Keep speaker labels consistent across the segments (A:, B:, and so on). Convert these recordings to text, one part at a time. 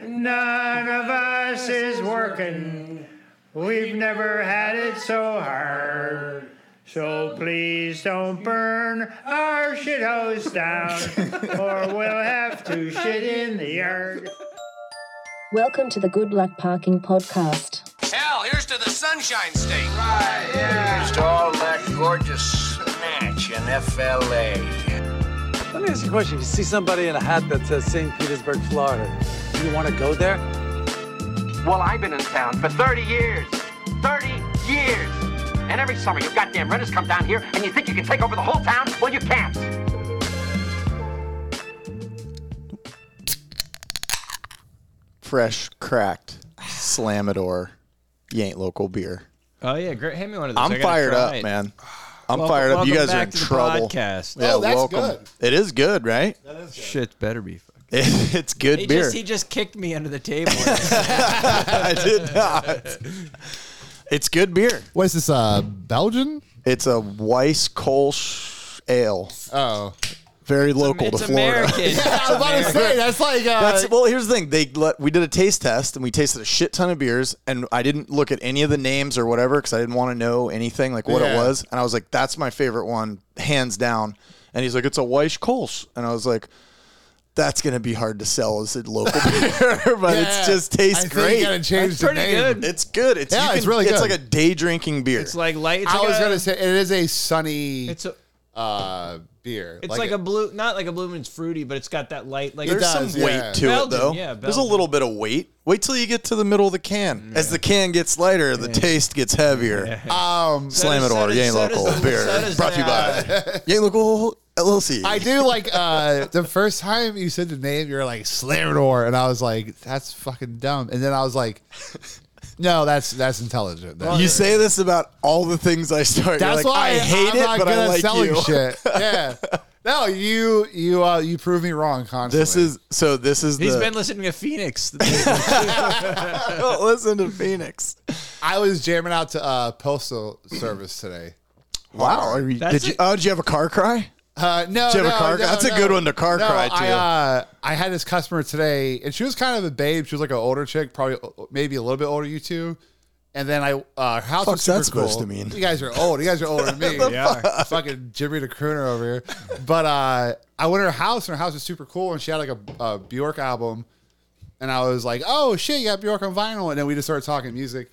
A: None of us is working. We've never had it so hard. So please don't burn our shit house down, or we'll have to shit in the yard.
B: Welcome to the Good Luck Parking Podcast.
C: Hell, here's to the Sunshine State.
D: Here's to all that gorgeous match in FLA.
E: Let me ask you a question. If you see somebody in a hat that says St. Petersburg, Florida, do you want to go there?
F: Well, I've been in town for 30 years. 30 years! And every summer, you goddamn renters come down here and you think you can take over the whole town? Well, you can't.
G: fresh cracked slamador ain't local beer
H: Oh yeah, great. Hand me one of those. I
G: i'm
H: gotta
G: fired
H: try
G: up
H: it.
G: man i'm
H: Welcome-
G: fired up you
H: welcome
G: guys are
H: back
G: in
H: to the
G: trouble
H: podcast.
G: yeah
I: Oh, that's
G: welcome
I: good.
G: it is good right
H: Shit, better be. fucking-
G: it's good
H: He
G: beer
H: just he just kicked me under the table.
G: i did not it's good beer
I: What is this? Uh, Belgian?
G: it's a weiss kolsch ale
I: Oh,
G: very local
H: it's
G: to florida
H: American.
I: I was about to say that's like uh,
G: That's well. Here's the thing. They let, we did a taste test and we tasted a shit ton of beers, and I didn't look at any of the names or whatever because I didn't want to know anything like what it
I: Yeah.
G: was. And I was like, "That's my favorite one, hands down." And he's like, "It's a Weish Kolsch," and I was like, "That's gonna be hard to sell as a local beer, but
I: yeah.
G: it just
I: I
G: tastes
I: think
G: great.
I: You gotta change
H: That's
I: the
H: pretty
I: name.
H: good.
G: it's good. It's
I: Yeah,
G: you
I: it's really
G: It's
I: good.
G: like a day drinking beer.
H: It's like light. It's
I: I
H: like
I: was
H: a,
I: gonna say it is a sunny
H: It's a.
I: uh beer.
H: It's like, a, blue, not like a blue moon's fruity, but it's got that light. Like
G: There's
I: does,
G: some
I: yeah.
G: weight to
H: Belgian,
G: it though.
H: yeah,
G: There's a
H: Belgian.
G: little bit of weight. Wait till you get to the middle of the can. As the can gets lighter, the taste gets heavier.
I: um.
G: Slam it
H: So
G: or
H: does-
G: Yang
H: so does
G: Local
H: the- so
G: beer.
H: does
G: Brought to you by Yang Local LLC.
I: I do like uh the first time you said the name, you were like Slamador, and I was like, that's fucking dumb. And then I was like, no, that's that's intelligent. That's
G: you say this about all the things I start. You're
I: That's
G: like,
I: why
G: I hate
I: I'm
G: it,
I: not
G: but
I: good
G: I
I: at
G: like
I: selling
G: you.
I: shit. Yeah. No, you you uh you prove me wrong constantly.
G: This is so. This is
H: He's
G: the.
H: been listening to Phoenix.
G: don't "Oh, listen to Phoenix.
I: I was jamming out to uh postal service today.
G: Wow. Are you,
H: That's
G: did you?
H: it.
G: Oh, did you have a car cry?
I: Uh, no,
G: Did you have a
I: no,
G: car
I: no,
G: cry? That's a
I: no.
G: good one to car
I: No,
G: cry
I: I,
G: to.
I: uh, I had this customer today, and she was kind of a babe. She was like an older chick, probably o- maybe a little bit older. You two, and then I uh, her house was
G: Fuck's
I: super
G: that supposed
I: cool.
G: to mean?
I: You guys are old. You guys are older than me. yeah, fucking Jimmy the crooner over here. But uh, I went to her house, and her house was super cool, and she had like a, a Bjork album, and I was like, "Oh shit, you got Bjork on vinyl," and then we just started talking music,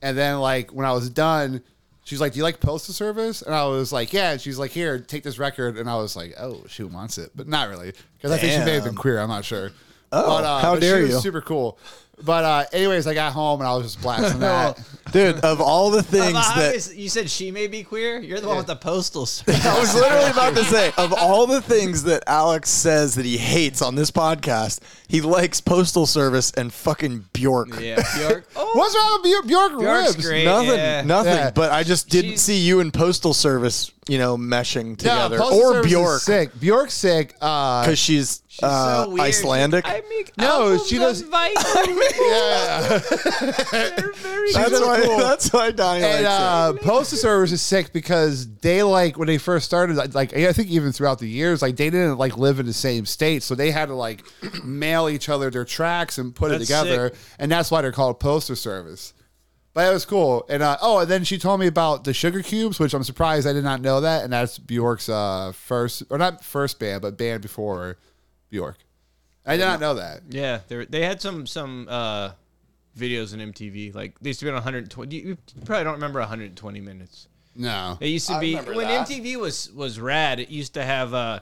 I: and then like when I was done. She's like, "Do you like postal service?" And I was like, "Yeah." And she's like, "Here, take this record." And I was like, "Oh, she wants it, but not really, because I think she may have been
G: Damn.
I: queer. I'm not sure." Oh, but, uh,
G: how
I: but she
G: dare
I: was
G: you.
I: Super cool. But uh, anyways, I got home and I was just blasting that.
G: Dude, of all the things that
H: you said she may be queer. You're the one with the postal. service.
G: I was literally about to say, of all the things that Alex says that he hates on this podcast, he likes Postal Service and fucking Bjork.
H: yeah, Bjork. Oh,
I: What's wrong with Bjor- Bjork
H: Bjork's
I: ribs?
H: great.
G: Nothing,
H: yeah.
G: nothing.
I: Yeah.
G: But I just didn't
H: She's-
G: see you and Postal Service, you know, meshing
I: Yeah,
G: together,
I: Postal
G: or
I: Service is
G: Bjork
I: sick. Bjork's sick. Uh,
G: because she's,
H: She's
G: uh,
H: so weird.
G: Icelandic.
H: I make
I: No,
H: albums
I: she
H: on
I: does-
H: Viking.
I: yeah.
H: They're very
G: that's
I: really
G: why.
I: cool.
G: That's why Donnie
I: and
G: likes
I: uh, Postal Service is sick because they like when they first started, like- like I think even throughout the years, like they didn't like live in the same state, so they had to like mail each other their tracks and put it
H: That's
I: together,
H: sick.
I: and that's why they're called Postal Service. But it was cool, and uh, oh, and then she told me about the Sugar Cubes, which I'm surprised I did not know that, and that's Bjork's uh, first or not first band, but band before Bjork. I did not know that.
H: Yeah, they were- they had some some uh, videos on MTV. Like they used to be on 120. You, you probably don't remember 120 minutes.
I: No,
H: It used to be when MTV was was rad. It used to have uh,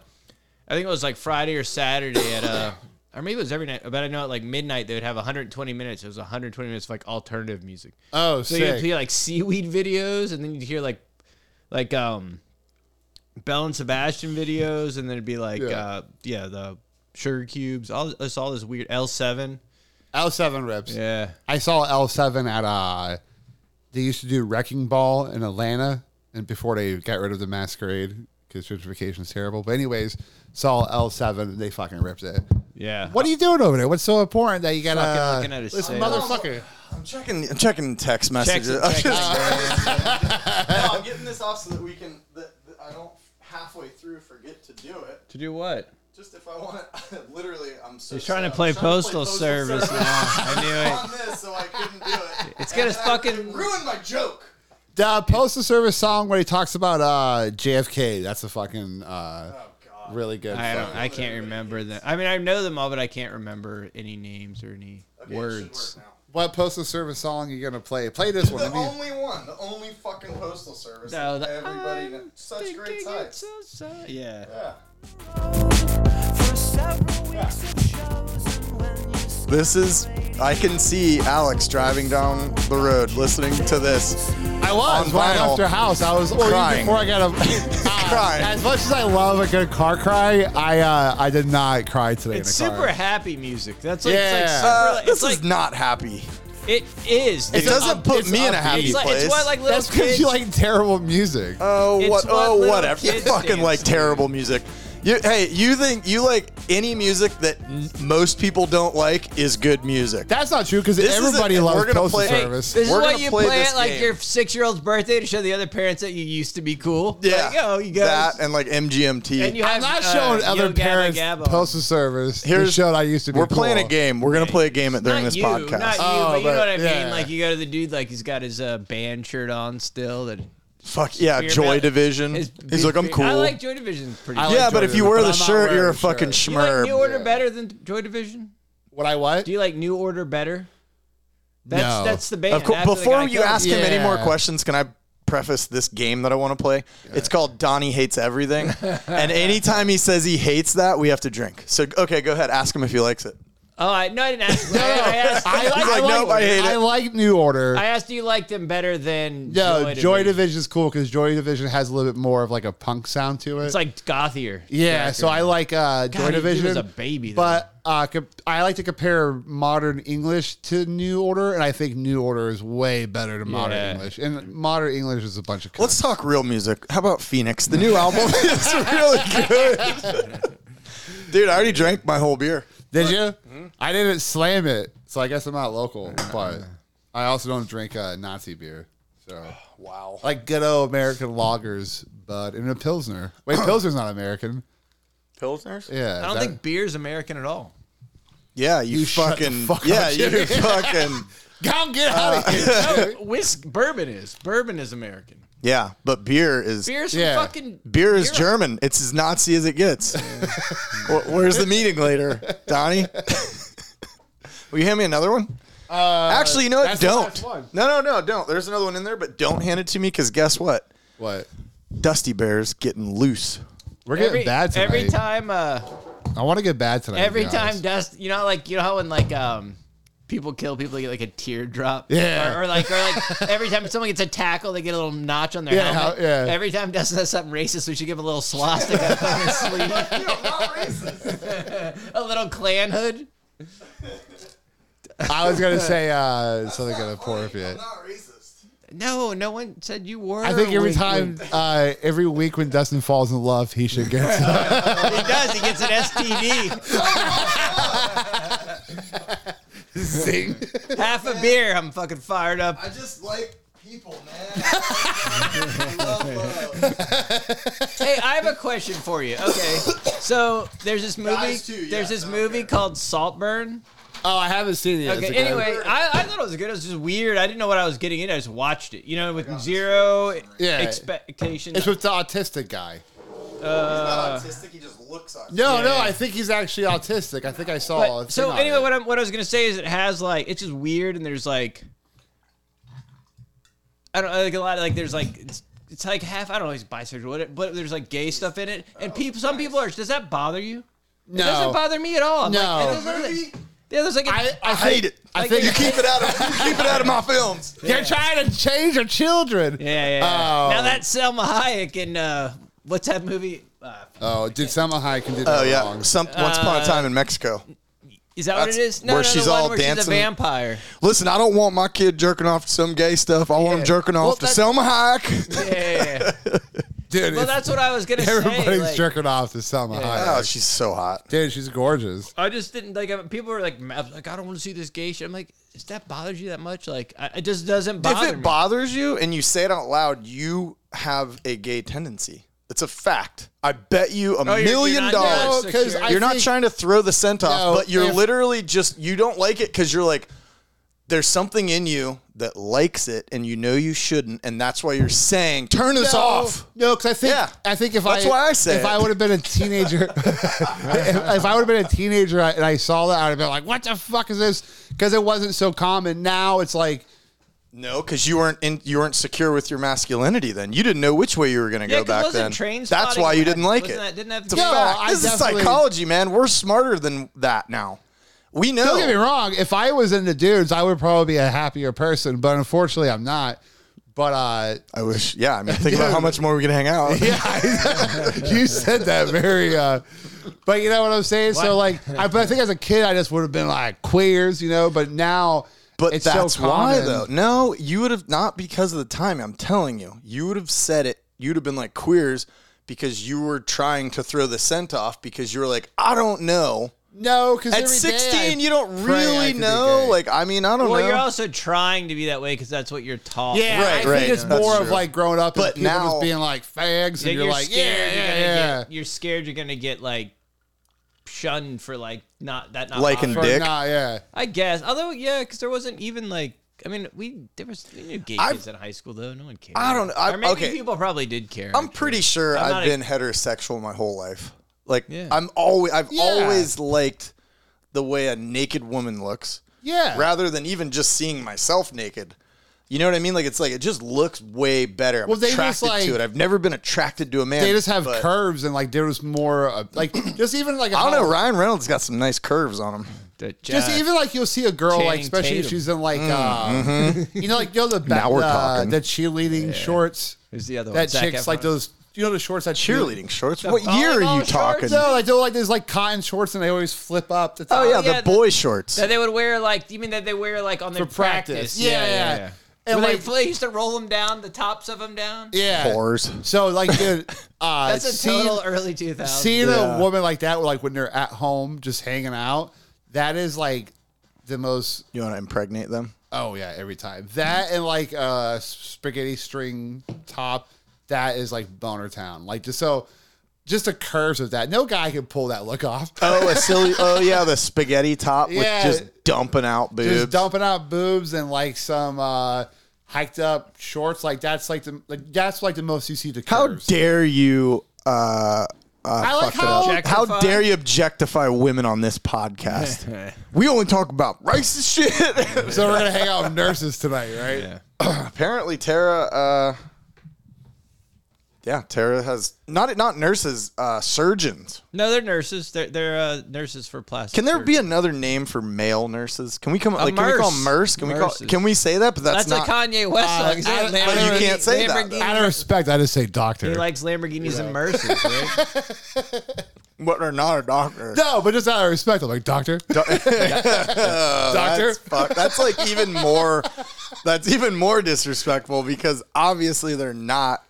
H: I think it was like Friday or Saturday at uh, or maybe it was every night. But I know at like midnight they would have 120 minutes. It was 120 minutes of like alternative music.
I: oh,
H: So you'd
I: sick.
H: hear like seaweed videos, and then you'd hear like like um Bell and Sebastian videos, and then it'd be like
I: Yeah.
H: uh yeah the sugar cubes, all this all this weird L seven.
I: L seven rips.
H: Yeah.
I: I saw L7 at uh they used to do Wrecking Ball in Atlanta and before they got rid of the masquerade because gentrification is terrible. But anyways, saw L7 and they fucking ripped it.
H: Yeah.
I: What are you doing over there? What's so important that you got
H: Fucking
I: to
H: looking at his
I: this
H: sales.
I: motherfucker?
G: I'm checking. I'm checking text
H: Check
G: messages.
H: some
G: I'm
H: text
G: just-
H: messages.
G: no, I'm getting this off so that we can. That, that I don't halfway through forget to do it.
H: to do what?
G: Just if I want it, literally, I'm so.
H: He's trying
G: sad.
H: to play
G: I'm
H: postal service now. I
G: on this, so I couldn't do it.
H: It's gonna
G: And I-
H: fucking-
G: it ruined my joke.
I: The Postal Service song where he talks about uh, JFK. That's a fucking uh, really good.
H: knew it. Oh, I
I: song.
H: don't. I can't remember them. I mean, I know them all, but I can't remember any names or any words.
I: What Postal Service song are you gonna play? Play this one.
G: The
I: Let me-
G: only one, the only fucking postal service.
H: No,
G: that
H: the-
G: everybody.
H: I'm
G: kn- Such great
H: thinking
G: sites.
H: it's so sad. Yeah.
G: This is. I can see Alex driving down the road listening to this.
I: I was
G: On
I: when I
G: vinyl.
I: left your house. I was or even
G: Crying.
I: before I got a
G: Crying.
I: As much as I love a good car cry, I uh, I did not cry today.
H: It's
I: in a car.
H: super happy music. That's like, it's like
I: Yeah.
H: super,
G: Uh,
H: like-
G: this
H: it's
G: is
H: like
G: not happy.
H: it is.
G: It
H: dude.
G: doesn't
I: up-
G: put
I: it's
G: me in a
I: upbeat.
G: happy
H: It's like
G: place.
H: it's what like little
I: That's because
H: kids.
I: you like terrible music.
H: Uh,
G: Oh
H: It's
G: what?
H: what
G: Oh
H: little
G: whatever. You
H: kids
G: fucking
H: dance
G: like
H: to.
G: terrible music. You, hey, you think you like any music that n- most people don't like is good music?
I: That's not true because
G: This is
I: everybody
G: it.
I: loves
G: We're gonna
I: Postal
G: play- Hey,
I: Service.
H: This
G: We're
H: is what
G: gonna
H: you
G: play
H: play,
G: this
H: at like
G: game.
H: your six year old's birthday to show the other parents that you used to be cool.
G: yeah.
H: Like, oh, you guys.
G: that and like MGMT.
H: and you have,
I: I'm not
H: uh,
I: showing
H: Yo
I: other
H: Gabba
I: parents
H: Gabba.
I: Postal Service. Here's
G: Here's-
I: the show I used to be.
G: We're playing a
I: cool.
G: game. We're gonna play a game at- during
H: Not
G: this
H: you,
G: podcast.
H: Not you,
I: Oh,
H: but you know
I: but-
H: what I mean.
I: yeah.
H: Like you go to the dude, like he's got his uh, band shirt on still. That
G: Fuck yeah,
H: Beer
G: Joy
H: belly.
G: Division.
H: his-
G: He's like, I'm cool.
H: I like Joy Division pretty.
I: I
H: much.
I: like
G: yeah, but
I: Joy
G: if you
I: Division,
G: wear
I: but
G: the
I: I'm not
G: shirt,
I: wearing
G: you're a
I: the shirt.
G: fucking
H: Do you like
G: schmerb.
H: New Order better than Joy Division?
I: What I what?
H: Do you like New Order better? That's
I: No.
H: that's the band.
G: Of course,
H: after the
G: before
H: guy
G: you
H: killed
G: ask him any more
I: Yeah.
G: questions, can I preface this game that I want to play? It's called Donnie Hates Everything. and anytime he says he hates that, we have to drink. So, okay, go ahead. Ask him if he likes it.
H: Oh, I, no, I didn't ask. I, I asked.
I: I,
G: He's like,
I: like, I, like,
G: nope, I hate
I: I
G: it.
I: like New Order.
H: I asked. Do you like them better than
I: No,
H: Joy,
I: Joy
H: Division?
I: Division is cool because Joy Division has a little bit more of like a punk sound to it.
H: It's like gothier.
I: yeah, so I like uh,
H: he-
I: Joy
H: he was
I: Division.
H: a baby then.
I: but uh, comp- I like to compare modern English to New Order, and I think New Order is way better than modern
H: Yeah.
I: English. And modern English is a bunch of.
G: Let's talk real music. How about Phoenix? The new album is really good. Dude, I already drank my whole beer.
I: Did you?
G: Hmm?
I: I didn't slam it, so I guess I'm not local. But I also don't drink uh, Nazi beer. So wow, like good old American lagers, bud, and a pilsner. Wait, pilsner's not American.
G: Pilsners?
I: Yeah,
H: I don't
I: that-
H: think beer's American at all.
G: Yeah, you,
I: You shut the
G: fucking.
I: fuck
G: yeah,
I: up,
G: you
I: Jimmy.
G: fucking.
I: Go get out of here.
H: Uh, No, whisk bourbon is. Bourbon is American.
G: Yeah, but beer is.
H: Beer's
I: Yeah.
H: fucking
G: Beer is
H: You're-
G: German. It's as Nazi as it gets. Wh- Where's the meeting later, Donnie? Will you hand me another one? Uh, Actually, you know what?
I: that's the
G: Don't.
I: last one.
G: No, no, no, don't. There's another one in there, but don't hand it to me because guess what?
I: What?
G: Dusty Bear's getting loose.
I: We're getting
H: every,
I: bad tonight.
H: every time. Uh,
I: I want to get bad tonight. to
H: every
I: be
H: time
I: honest.
H: dust. You know, like you know how when like um. People kill people. They get like a teardrop.
I: Yeah.
H: Or, or like, or like every time someone gets a tackle, they get a little notch on their
I: Yeah,
H: helmet.
I: yeah.
H: Every time Dustin does something racist, we should give a little swastika on his sleeve, a little clan hood.
I: I was gonna say uh, something gonna pour if you.
H: No, no one said you were.
I: I think every
H: Wink,
I: time,
H: wink.
I: uh, every week when Dustin falls in love, he should get.
H: he does. He gets an STD.
I: Zing.
H: Half a beer. I'm fucking fired up.
G: just like people, man.
H: Hey, I have a question for you. Okay, so there's this movie.
G: Guys too, yeah,
H: there's this
G: no,
H: movie called Saltburn.
I: Oh, I haven't seen it. yet. It's
H: Okay.
I: a good-
H: Anyway, I, I thought it was good. It was just weird. I didn't know what I was getting into. I just watched it. You know, with zero
I: Yeah.
H: expectations.
I: it's with the autistic guy.
H: Uh,
G: autistic. He just looks autistic.
I: No, no, I think he's actually autistic. I think I saw.
H: But-
I: a thing
H: so
I: on
H: anyway,
I: it.
H: what I'm what I was gonna say is it has like it's just weird and there's like I don't like a lot of like there's like it's, it's like half I don't know he's bisexual what- but there's like gay stuff in it and people some people are does that bother you? It doesn't
I: Oh, no,
H: bother me at all. I'm
I: No.
H: like, it doesn't- yeah, there's like a-
I: I, I
G: I hate
I: think-
G: it.
I: I
H: Like,
I: think
G: You keep it out of you keep it out of my films.
I: you're trying to change your children.
H: yeah, yeah, yeah.
I: Oh.
H: now that's Selma Hayek and uh, what's that movie? Uh,
I: Oh, did Selma Hayek can do that
G: Oh yeah,
I: wrong.
G: some Once Upon a Time in Mexico.
H: is that what it
G: That's
H: is? No,
G: where
H: no,
G: she's
H: the one
G: all
H: where she's a
G: dancing.
H: vampire.
G: Listen, I don't want my kid jerking off to some gay stuff. I want him
H: Yeah.
G: jerking
I: Well,
G: off to
I: that-
G: Selma Hayek.
H: Yeah, yeah, yeah.
I: Dude,
H: well,
I: it's-
H: that's what I was gonna
I: everybody's
H: say. like-
I: jerking off to Selma Hayek.
G: Oh, she's so hot.
I: Dude, she's gorgeous.
H: I just didn't like. I- People were like, I was like, I don't want to see this gay shit. I'm like, does that bothers you that much? Like, I, it just doesn't bother
G: if it
H: me.
G: bothers you and you say it out loud, you have a gay tendency. It's a fact. I bet you a
H: Oh, you're- you're
G: million
H: not- yeah,
G: dollars.
H: it's secure.
I: because I
G: you're not
I: think-
G: trying to throw the scent off,
I: No,
G: but you're
I: if-
G: literally just you don't like it because you're like, there's something in you that likes it, and you know you shouldn't, and that's why you're saying turn this off.
I: No, because I think
G: Yeah.
I: I think if
G: That's
I: I
G: why I say
I: if
G: it.
I: I would have been a teenager, if, if I would have been a teenager I- and I saw that, I'd have been like, "What the fuck is this?" Because it wasn't so common. Now it's like,
G: No, because you weren't in, you weren't secure with your masculinity then. You didn't know which way you were going to go
H: Yeah, 'cause
G: back
H: wasn't
G: then.
H: train
G: That's
H: spotting
G: why you
H: that-
G: didn't like it.
H: wasn't that- didn't that-
G: it's a
H: No,
G: fact.
I: I
G: this is
I: definitely-
G: psychology, man. We're smarter than that now. We know.
I: don't get me wrong. If I was into dudes, I would probably be a happier person. But unfortunately, I'm not. But uh,
G: I wish. Yeah, I mean, think about how much more we can hang out.
I: yeah, you said that very. Uh, but you know what I'm saying. So like, I, but I think as a kid, I just would have been like queers, you know. But now,
G: But
I: it's so
G: that's why,
I: common.
G: though. No, you would have not because of the time. I'm telling you, you would have said it. You'd have been like queers because you were trying to throw the scent off because you were like, I don't know.
I: No, because
G: At 16, you don't really know. Like, I mean, I don't
H: Well,
G: know.
H: you're also trying to be that way because that's what you're taught.
I: Yeah,
G: Right,
I: I
G: right.
I: think it's
G: That's
I: more of
G: true.
I: like growing up,
G: But
I: and people
G: now-
I: just being like fags,
H: That
I: and you're,
H: you're
I: like,
H: scared
I: yeah,
H: you're gonna
I: yeah, yeah.
H: Get, you're scared you're gonna get like shunned for like not that not
G: Like in
H: bothering.
I: Or
G: dick.
I: Nah, yeah.
H: I guess. Although yeah, because there wasn't even like. I mean, we there was we knew gay
G: I've-
H: kids in high school though. No one cared.
G: I don't- I-
H: or maybe
G: okay.
H: people probably did care.
G: I'm pretty sure
H: I'm
G: i
H: not
G: have
H: a-
G: been heterosexual my whole life. Like
H: Yeah.
G: I'm always I've
I: Yeah.
G: always liked the way a naked woman looks
I: Yeah.
G: rather than even just seeing myself naked. You know what I mean? Like it's like it just looks way better. I'm
I: Well, they just,
G: attracted
I: like-
G: to it. I've never been attracted to a man.
I: They just have
G: but-
I: curves and like there was more uh, like just even like
G: I don't know. Ryan Reynolds got some nice curves on him.
I: Just even like you'll see a girl like
H: Channing
I: especially if
H: Tatum.
I: she's in like uh, you know like you know the ba-
G: Mm, mm-hmm. Now we're
I: the,
G: talking.
I: the cheerleading shorts.
H: Who's the other one?
I: that
H: Zac
I: chicks like
H: Efron.
I: those you know the shorts that cheerleading.
G: Cheerleading shorts. What year
H: volleyball
G: are you
H: shorts?
G: talking?
I: No, like they're like there's like cotton shorts and they always flip up. The top.
G: Oh yeah,
H: yeah,
G: the
H: the-
G: boy shorts.
H: That they would wear like you mean that they wear like on their
I: For practice.
H: practice?
I: Yeah, yeah. And,
H: And
I: like-
H: they, they used to roll them down, the tops of them down.
I: yeah.
G: Whores.
I: So like, dude, uh,
H: That's a
I: seeing-
H: total early 2000s.
I: Seeing a woman like that, like when they're at home just hanging out, that is like the most.
G: You want to impregnate them?
I: Oh yeah, every time that and like uh, spaghetti string top, that is like boner town. Like just so, just the curves of that. No guy can pull that look off.
G: Oh, a silly. Oh yeah, the spaghetti top
I: Yeah.
G: with just dumping out boobs.
I: just dumping out boobs and like some uh, hiked up shorts. Like that's like the like that's like the most you see the
G: How
I: curves.
G: dare you? Uh,
I: I like
G: fuck it up.
I: how
G: how dare you objectify women on this podcast? we only talk about racist shit.
I: So we're gonna hang out with nurses tonight, right?
G: Apparently, Tara. Uh, yeah, Tara has not not nurses, uh, surgeons.
H: No, they're nurses. They're they're uh, nurses for plastic.
G: Can there
H: surgery.
G: be another name for male nurses? Can we come like can we call them nurse?
H: nurse.
G: Can we call
H: Nurses.
G: can we say that? But that's, not
H: That's a Kanye West
I: Uh,
H: song. He's like
I: I don't- I don't-
H: Lamborghini-
G: you can't say that, though.
H: Lamborghini-
I: Out of respect, I just say doctor.
H: He likes Lamborghinis and Mercedes. Right?
G: but they're not a doctor.
I: No, but just out of respect, I'm like, doctor. Doctor?
G: That's, fuck, that's like even more. That's even more disrespectful because obviously they're not,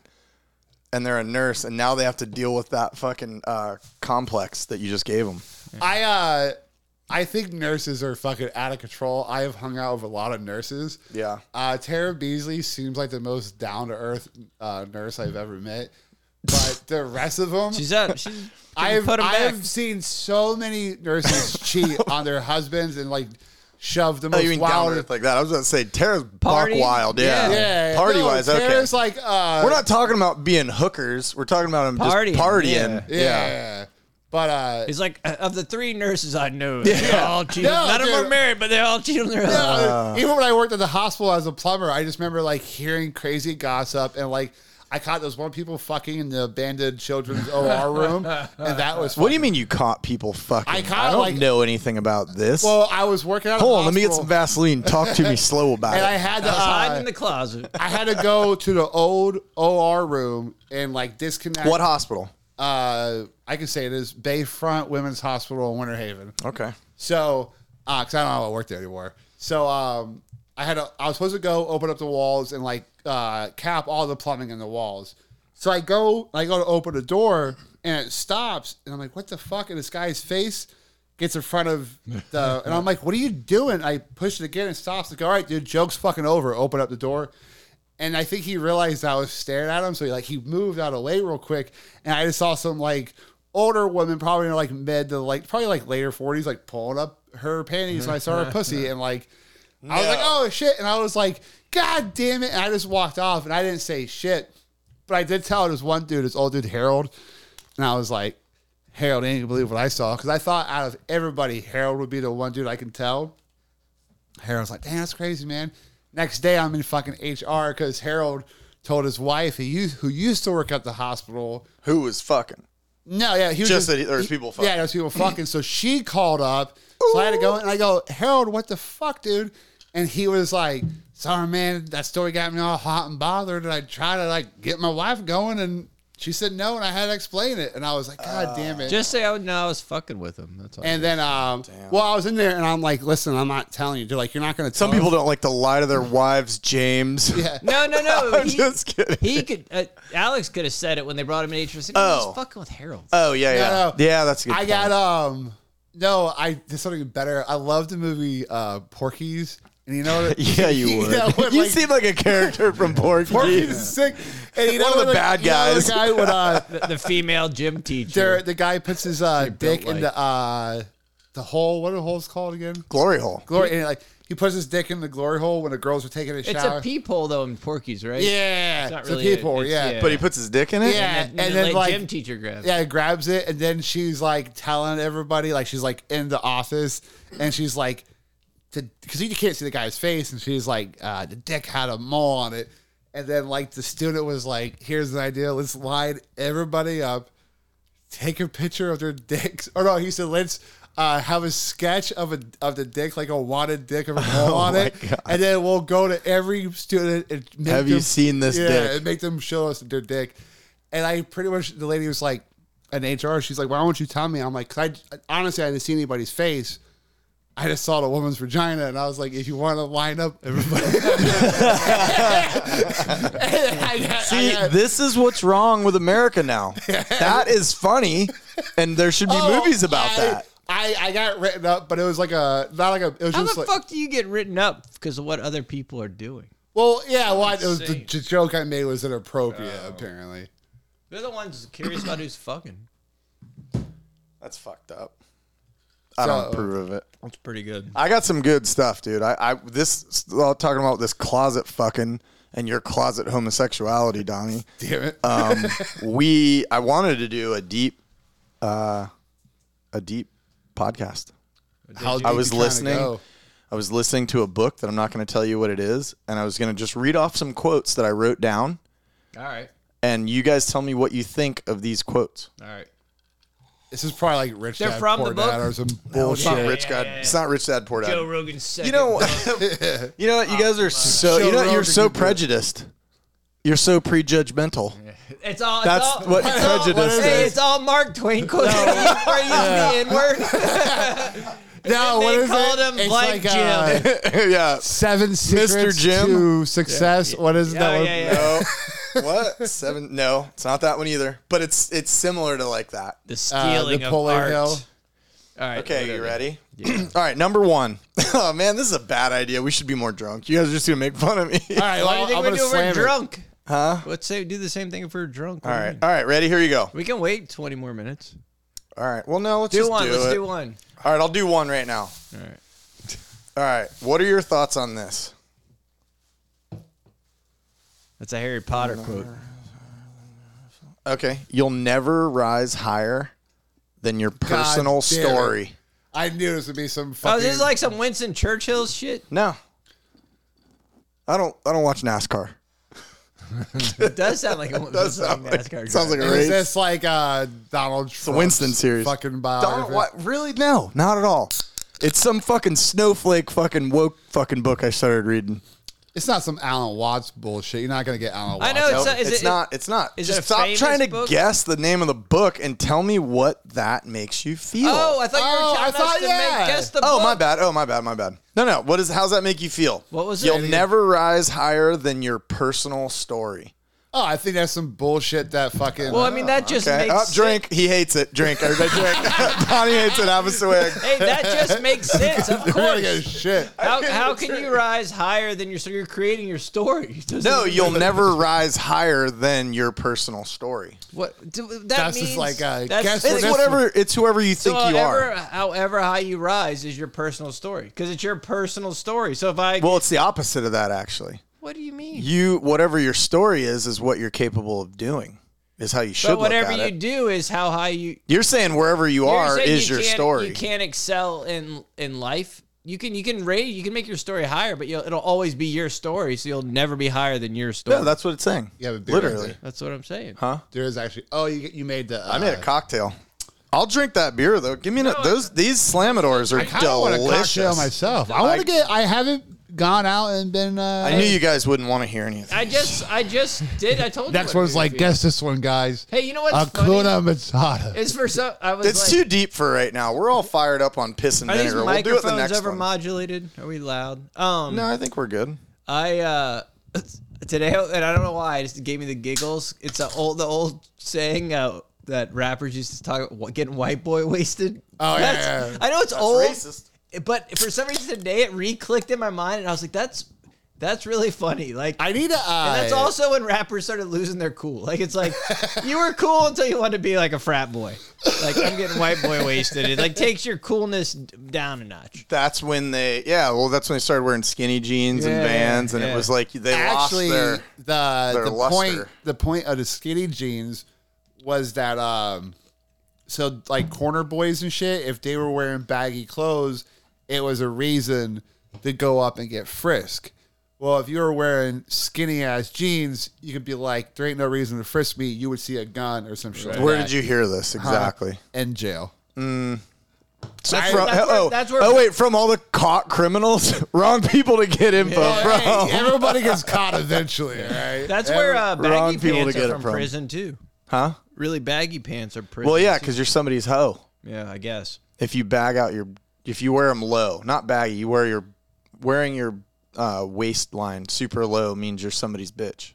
G: and they're a nurse, and now they have to deal with that fucking uh, complex that you just gave them.
I: I uh I think nurses are fucking out of control. I have hung out with a lot of nurses.
G: Yeah.
I: Uh Tara Beasley seems like the most down to earth uh, nurse I've ever met. But the rest of them
H: She's up. She's.
I: I've
H: put 'em
I: I
H: back.
I: have seen so many nurses cheat on their husbands and like shove the
G: Oh,
I: most
G: you mean down
I: wild
G: to earth like that? I was going to say Tara's bark
H: Party?
G: wild. Yeah,
H: Yeah.
I: yeah,
G: Party
I: no,
G: wise, okay.
I: Tara's like uh
G: We're not talking about being hookers. We're talking about 'em
H: Partying,
G: just partying.
I: yeah. But uh
H: He's like uh, of the three nurses I know, they all cheat.
I: No,
H: None of them
I: dude.
H: are married, but they all cheat on their husband.
I: Uh, even when I worked at the hospital as a plumber, I just remember like hearing crazy gossip and like I caught those one people fucking in the abandoned children's OR room, and that was
G: What do you mean you caught people fucking?
I: I
G: I,
I: caught,
G: don't
I: like-
G: know anything about this.
I: Well, I was working out.
G: Hold on, let me get some Vaseline. Talk to me slow about
I: And
G: it.
I: I had to,
H: I was hiding in
I: uh,
H: the closet.
I: I had to go to the old OR room and like disconnect.
G: what hospital?
I: Uh, I can say it is Bayfront Women's Hospital in Winter Haven.
G: Okay.
I: So, uh 'cause cause I don't know how to work there anymore. So, um, I had a, I was supposed to go open up the walls and like uh, cap all the plumbing in the walls. So I go, I go to open the door and it stops, and I'm like, what the fuck? And this guy's face gets in front of the, and I'm like, what are you doing? I push it again and stops. Like, all right, dude, joke's fucking over. Open up the door. And I think he realized I was staring at him, so he like he moved out of the way real quick. And I just saw some like older woman, probably in her, like mid to like probably like later forties, like pulling up her panties. and I saw her pussy, and like I was like, oh shit, and I was like, god damn it, and I just walked off, and I didn't say shit, but I did tell it was one dude, this old dude Harold, and I was like, Harold ain't gonna believe what I saw because I thought out of everybody, Harold would be the one dude I can tell. Harold's like, damn, that's crazy, man. Next day, I'm in fucking HR because Harold told his wife he used, who used to work at the hospital.
G: Who was fucking?
I: No, yeah, he was
G: Just that there was people fucking.
I: Yeah, there was people fucking. So she called up. So I had to go in and I go, Harold, what the fuck, dude? And he was like, sorry, man, that story got me all hot and bothered. And I tried to like get my wife going and she said no and I had to explain it. And I was like, God damn it.
H: Just say I would know I was fucking with him. That's all.
I: And then, um, well, I was in there and I'm like, listen, I'm not telling you. They're like, you're not going to tell
G: Some people
I: us."
G: don't like to lie to their wives, James. Yeah.
H: no, no, no.
G: I'm just kidding.
H: He could. Uh, Alex could have said it when they brought him in. He was
G: Oh.
H: fucking with Harold.
G: Oh yeah, yeah,
I: No, no.
G: yeah. That's a good.
I: I got, um, no, I did something better. I love the movie, uh, Porky's. And you know,
G: Yeah, you would.
I: know, when,
G: you
I: like-
G: seem like a character from Porky.
I: Porky's is sick. And you know,
G: One of the
I: when,
G: bad
I: you know,
G: guys.
I: the guy would, uh,
H: The, the female gym teacher.
I: There, the guy puts his uh, dick
H: like-
I: in the uh, the hole. What are the holes called again?
G: Glory hole.
I: Glory. And like he puts his dick in the glory hole when the girls are taking a
H: it's
I: shower.
H: a peephole though in Porky's, right?
I: yeah,
H: not
I: it's
H: really
I: a
H: a-
I: peephole.
H: it's-
I: yeah.
H: yeah.
G: But he puts his dick in it.
I: Yeah.
H: And,
I: and
H: then,
I: then,
H: like,
I: like-
H: gym teacher grabs.
I: Yeah, grabs it and then she's like telling everybody, like she's like in the office and she's like, because you can't see the guy's face and she's like, uh, the dick had a mole on it. And then like the student was like, here's an idea. Let's line everybody up, take a picture of their dicks. Or no, he said, let's uh, have a sketch of a of the dick, like a wanted dick of a mole on
G: my
I: it.
G: God.
I: And then we'll go to every student and make
G: Have you seen this
I: yeah,
G: dick?
I: and make them show us their dick. And I pretty much the lady was like, an HR. She's like, why won't you tell me? I'm like, 'cause I honestly I didn't see anybody's face. I just saw the woman's vagina, and I was like, if you want to line up everybody. I got-
G: See,
I: I got-
G: this is what's wrong with America now. that is funny, and there should be
I: Oh,
G: movies about
I: I-
G: that.
I: I, I got written up, but it was like a not like a. It was
H: How the
I: just like,
H: fuck do you get written up because of what other people are doing?
I: well, yeah. Well, I, it was the, the joke I made was inappropriate, apparently.
H: They're the ones curious about who's fucking.
G: That's fucked up. I don't approve of it.
H: That's pretty good.
G: I got some good stuff, dude. I, I this well, talking about this closet fucking and your closet homosexuality, Donnie.
I: Damn it!
G: Um, we I wanted to do a deep, uh, a deep podcast.
I: How deep
G: I
I: you
G: was
I: trying to
G: listening.
I: go?
G: I was listening to a book that I'm not going to tell you what it is, and I was going to just read off some quotes that I wrote down,
H: All right.
G: and you guys tell me what you think of these quotes.
H: All right.
I: This is probably like rich.
H: They're
I: Dad,
H: from
I: Poor
H: the book?
I: Dad or some
G: It's
I: bullshit.
G: not rich dad. It's not rich dad poor dad.
H: Joe Rogan's second.
G: you know, you know, what? you guys are so you know
I: Joe
G: you're
I: Rogan
G: so
I: could do it.
G: prejudiced. You're so prejudgmental.
H: it's all. It's
G: That's
H: all,
G: what
H: it's all-
G: prejudice
H: hey,
G: is.
H: It's all Mark Twain quotes. No. used the N word.
I: No,
H: They
I: what is
H: called
I: it?
H: him Black
I: uh,
H: Jim.
G: yeah.
I: Seven secrets
G: Jim?
I: to success. What is that?
H: Oh,
I: one?
H: yeah, yeah.
G: No. what seven? No, it's not that one either. But it's it's similar to like that.
H: The
I: Uh,
H: stealing of
I: Napoleon
H: art.
I: Hill.
H: All right.
G: Okay, you
H: whatever.
G: ready? All right, number one. Oh man, this is a bad idea. We should be more drunk. You guys are just gonna make fun of me.
I: All right,
H: What do you think we
I: I'm
H: do
I: gonna
H: if we're
I: slam it.
H: drunk? Huh? Let's say we do the same thing if we're drunk.
G: All right, all right, ready? Here you go.
H: We can wait 20 more minutes.
G: All right. Well, no, let's
H: Do
G: just
H: one.
G: do
H: Let's
G: it.
H: do one.
G: All right, I'll do one right now.
H: All right.
G: All right, what are your thoughts on this?
H: That's a Harry Potter
G: Uh,
H: quote.
G: Okay, you'll never rise higher than your personal
I: damn it.
G: story.
I: I knew this would be some fucking.
H: Oh, this is like some Winston Churchill shit.
G: No, I don't. I don't watch NASCAR.
H: It does sound like a Winston
G: Does sound like,
H: NASCAR
G: sounds like
H: driver.
G: a race.
I: Is this like uh, Donald Trump's
G: Winston series.
I: Fucking
G: Donald,
I: biography.
G: what? Really? No, not at all. It's some fucking snowflake, fucking woke, fucking book I started reading.
I: It's not some Alan Watts bullshit. You're not gonna get Alan Watts.
H: I know it's,
G: No,
H: not, is
G: it's
H: it,
G: not. It's not.
H: is it
G: Just
H: a
G: stop
H: famous
G: trying to
H: book?
G: guess the name of the book and tell me what that makes you feel.
H: Oh, I thought you
I: Oh,
H: were
I: I
H: telling
I: thought-
H: us to
I: yeah.
H: make guess the
G: Oh,
H: book.
G: my bad. Oh, my bad. My bad. No, no. What is? How's that make you feel?
H: What was it?
G: You'll never rise higher than your personal story.
I: Oh, I think that's some bullshit that fucking. uh,
H: Well, I mean that just
G: Okay.
H: makes
G: Up,
H: sense.
G: drink. He hates it. Drink. Everybody drink. Donnie hates it. Have a swig.
H: Hey, that just makes sense. Of
I: They're gonna get
H: course.
I: shit.
H: How, how can you rise higher than your so you're creating your story? It doesn't-
G: No, you'll never rise higher than your personal story.
H: What do- that
I: That's
H: means?
I: just like, uh,
H: that's-
I: guess
G: It's
I: that's-
G: whatever. It's whoever you
H: so
G: think you
H: however,
G: are.
H: however high you rise is your personal story because it's your personal story. So if I,
G: Well, it's the opposite of that actually.
H: what do you mean?
G: You whatever your story is is what you're capable of doing. Is how you should
H: but whatever
G: look
H: you
G: at it.
H: do is how high you
G: You're saying wherever you
H: You're
G: are
H: saying
G: is
H: you
G: your
H: can't-
G: story.
H: You can't excel in in life. You can you can rate you can make your story higher, but you'll, it'll always be your story, so you'll never be higher than your story.
G: No, that's what it's saying.
I: Yeah, but beer right
G: literally.
I: there.
H: That's what I'm saying.
I: There is actually. Oh, you you made the. Uh,
G: I made a cocktail. I'll drink that beer though. Give me no, those. These slamadors are
I: I kinda want a cocktail
G: delicious.
I: myself. I want to get. I haven't gone out and been. Uh,
G: I knew you guys wouldn't want to hear anything.
H: I just I just did. I told you.
I: Next
H: what
I: one's
H: it
I: like,
H: would be.
I: guess this one, guys.
H: Hey, you know what's funny?
I: Akuna Matata.
H: It's for so I was
G: It's
H: like,
G: too deep for right now. We're all fired up on piss and
H: Are these
G: vinegar. We'll do it
H: microphones
G: the next
H: ever
G: one.
H: modulated? Are we loud? Um,
G: no, I think we're good.
H: I uh today and I don't know why it just gave me the giggles. It's a old the old saying uh, that rappers used to talk about getting white boy wasted.
I: Oh, yeah,
H: That's-
I: yeah, yeah.
H: I know it's old, but for some reason today it re-clicked in my mind, and I was like, that's that's really funny. Like
I: I need a. Uh,
H: and that's also when rappers started losing their cool. Like it's like you were cool until you wanted to be like a frat boy. Like I'm getting white boy wasted. It like takes your coolness down a notch.
G: That's when they, yeah, well, that's when they started wearing skinny jeans and Vans, and
H: yeah.
G: it was like they
I: actually
G: lost
I: the
G: their
I: the
G: luster.
I: point the point of the skinny jeans was that um so like corner boys and shit if they were wearing baggy clothes it was a reason to go up and get frisk well if you were wearing skinny ass jeans you could be like there ain't no reason to frisk me you would see a gun or some shit
G: their. Where did you hear this exactly?
I: in jail
G: So
H: That's-
G: from,
H: that's where-
G: oh,
H: that's where-
G: oh, wait, from all the caught criminals, wrong people to get info
I: Hey,
G: from.
I: everybody gets caught eventually all right
H: That's where uh,
G: wrong
H: baggy
G: people
H: pants
G: to get
H: are
G: it
H: from,
G: from.
H: prison too.
G: Huh?
H: Really baggy pants are prison.
G: Well, yeah,
H: too.
G: because you're somebody's hoe.
H: yeah, I guess.
G: If you bag out your, if you wear them low, not baggy, you wear your, wearing your uh, waistline super low means you're somebody's bitch.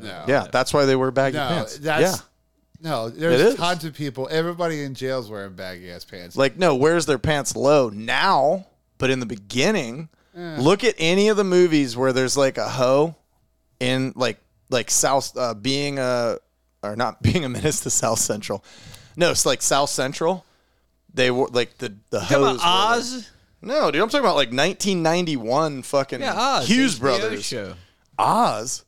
I: No.
G: Yeah, that's why they wear baggy
I: No,
G: pants.
I: that's
G: yeah.
I: no.
G: It
I: There's
G: is.
I: tons of people. Everybody in jail's wearing baggy ass pants.
G: Like, no, where's their pants low now? But in the beginning, look at any of the movies where there's like a hoe in like like South uh, being a or not being a menace to South Central. No, it's like South Central. They were like the the
H: Come on,
G: hoes. were, like-
H: Uh, Oz.
G: no, dude, I'm talking about like 1991 fucking
H: Yeah, Oz.
G: Hughes
H: HBO
G: Brothers.
H: Show.
G: Oz.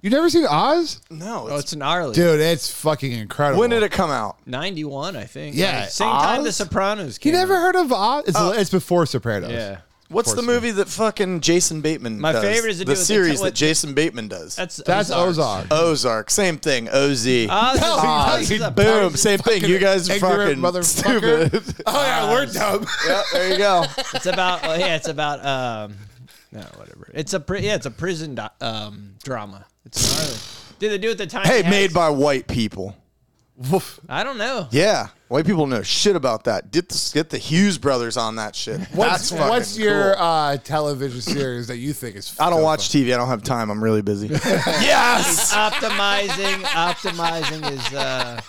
I: you never seen Oz,
G: No,
H: Oh,
G: it's,
H: it's gnarly.
I: dude? It's fucking incredible.
G: when did it come out?
H: 91, I think.
I: Yeah,
H: Like, same time
I: Oz?
H: The Sopranos
I: You
H: came
I: never
H: out.
I: heard of Oz? It's,
G: Uh,
I: it's before Sopranos.
H: Yeah.
G: What's the
I: course, man.
G: movie that fucking Jason Bateman?
H: My
G: does?
H: favorite is to do
G: the
H: with the
G: series
H: t-
G: that
H: with-
G: Jason Bateman does.
H: That's
I: that's
H: Ozarks.
I: Ozark.
G: Ozark, same thing. Oz.
H: Oz is-
I: No, he
H: Oz
I: doesn't.
H: is a
G: Ah, Boom, same thing. You guys are
I: ignorant
G: fucking
I: motherfucker.
G: stupid.
I: Oh yeah, we're dumb.
G: yeah, there you go.
H: It's about well, yeah, it's about um, no, whatever. It's a pri- yeah, it's a prison do- um drama. It's gnarly. Did they do it the time?
G: Hey, made by white people.
H: I don't know.
G: Yeah, white people know shit about that. Get the, get the Hughes brothers on that shit. That's
I: What's,
G: fucking
I: what's your
G: cool.
I: uh, television series that you think is?
G: I don't
I: so
G: watch
I: fun?
G: TV. I don't have time. I'm really busy. yes.
H: Optimizing, optimizing is uh,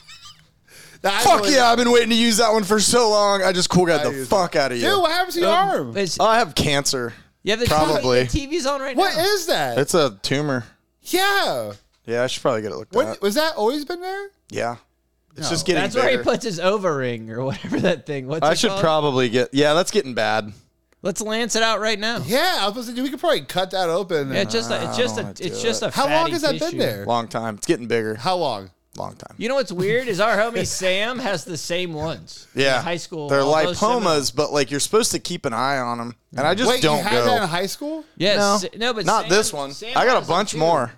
I: That
G: Fuck
I: really-
G: yeah! I've been waiting to use that one for so long. I just cool got
I: I
G: the
I: use
G: fuck out of you.
I: Dude, what happens to your arm?
H: it's,
G: Oh, I have cancer.
H: yeah, the
G: probably.
H: TV, the TV's on right
I: What
H: now.
I: is that?
G: It's a tumor.
I: yeah.
G: Yeah, I should probably get it looked
I: When,
G: at.
I: was that always been there?
G: Yeah, it's
I: No.
G: just getting.
H: That's where he
G: bigger.
H: puts his overring or whatever that thing. What's
G: I
H: it
G: should
H: called?
G: probably get. Yeah, that's getting bad.
H: Let's lance it out right now.
I: Yeah, I was supposed to do. We could probably cut that open.
H: Yeah, it's just a, it's just
G: don't
H: a,
G: wanna do
H: it's just a.
I: How long
H: fatty
I: has that been
H: tissue.
I: there?
G: Long time. It's getting bigger.
I: How long?
G: Long time.
H: You know what's weird is our homie Sam has the same ones.
G: Yeah,
H: In high school.
G: They're
H: all those similar-
G: lipomas, but like you're supposed to keep an eye on them, and I just
I: Wait,
G: don't
I: you had
G: go.
I: that in high school?
H: Yeah,
G: no,
H: Sa- no, but
G: not
H: Sam-
G: this one.
H: Sam
G: I got
H: has
G: a
H: them
G: bunch
H: too.
G: more.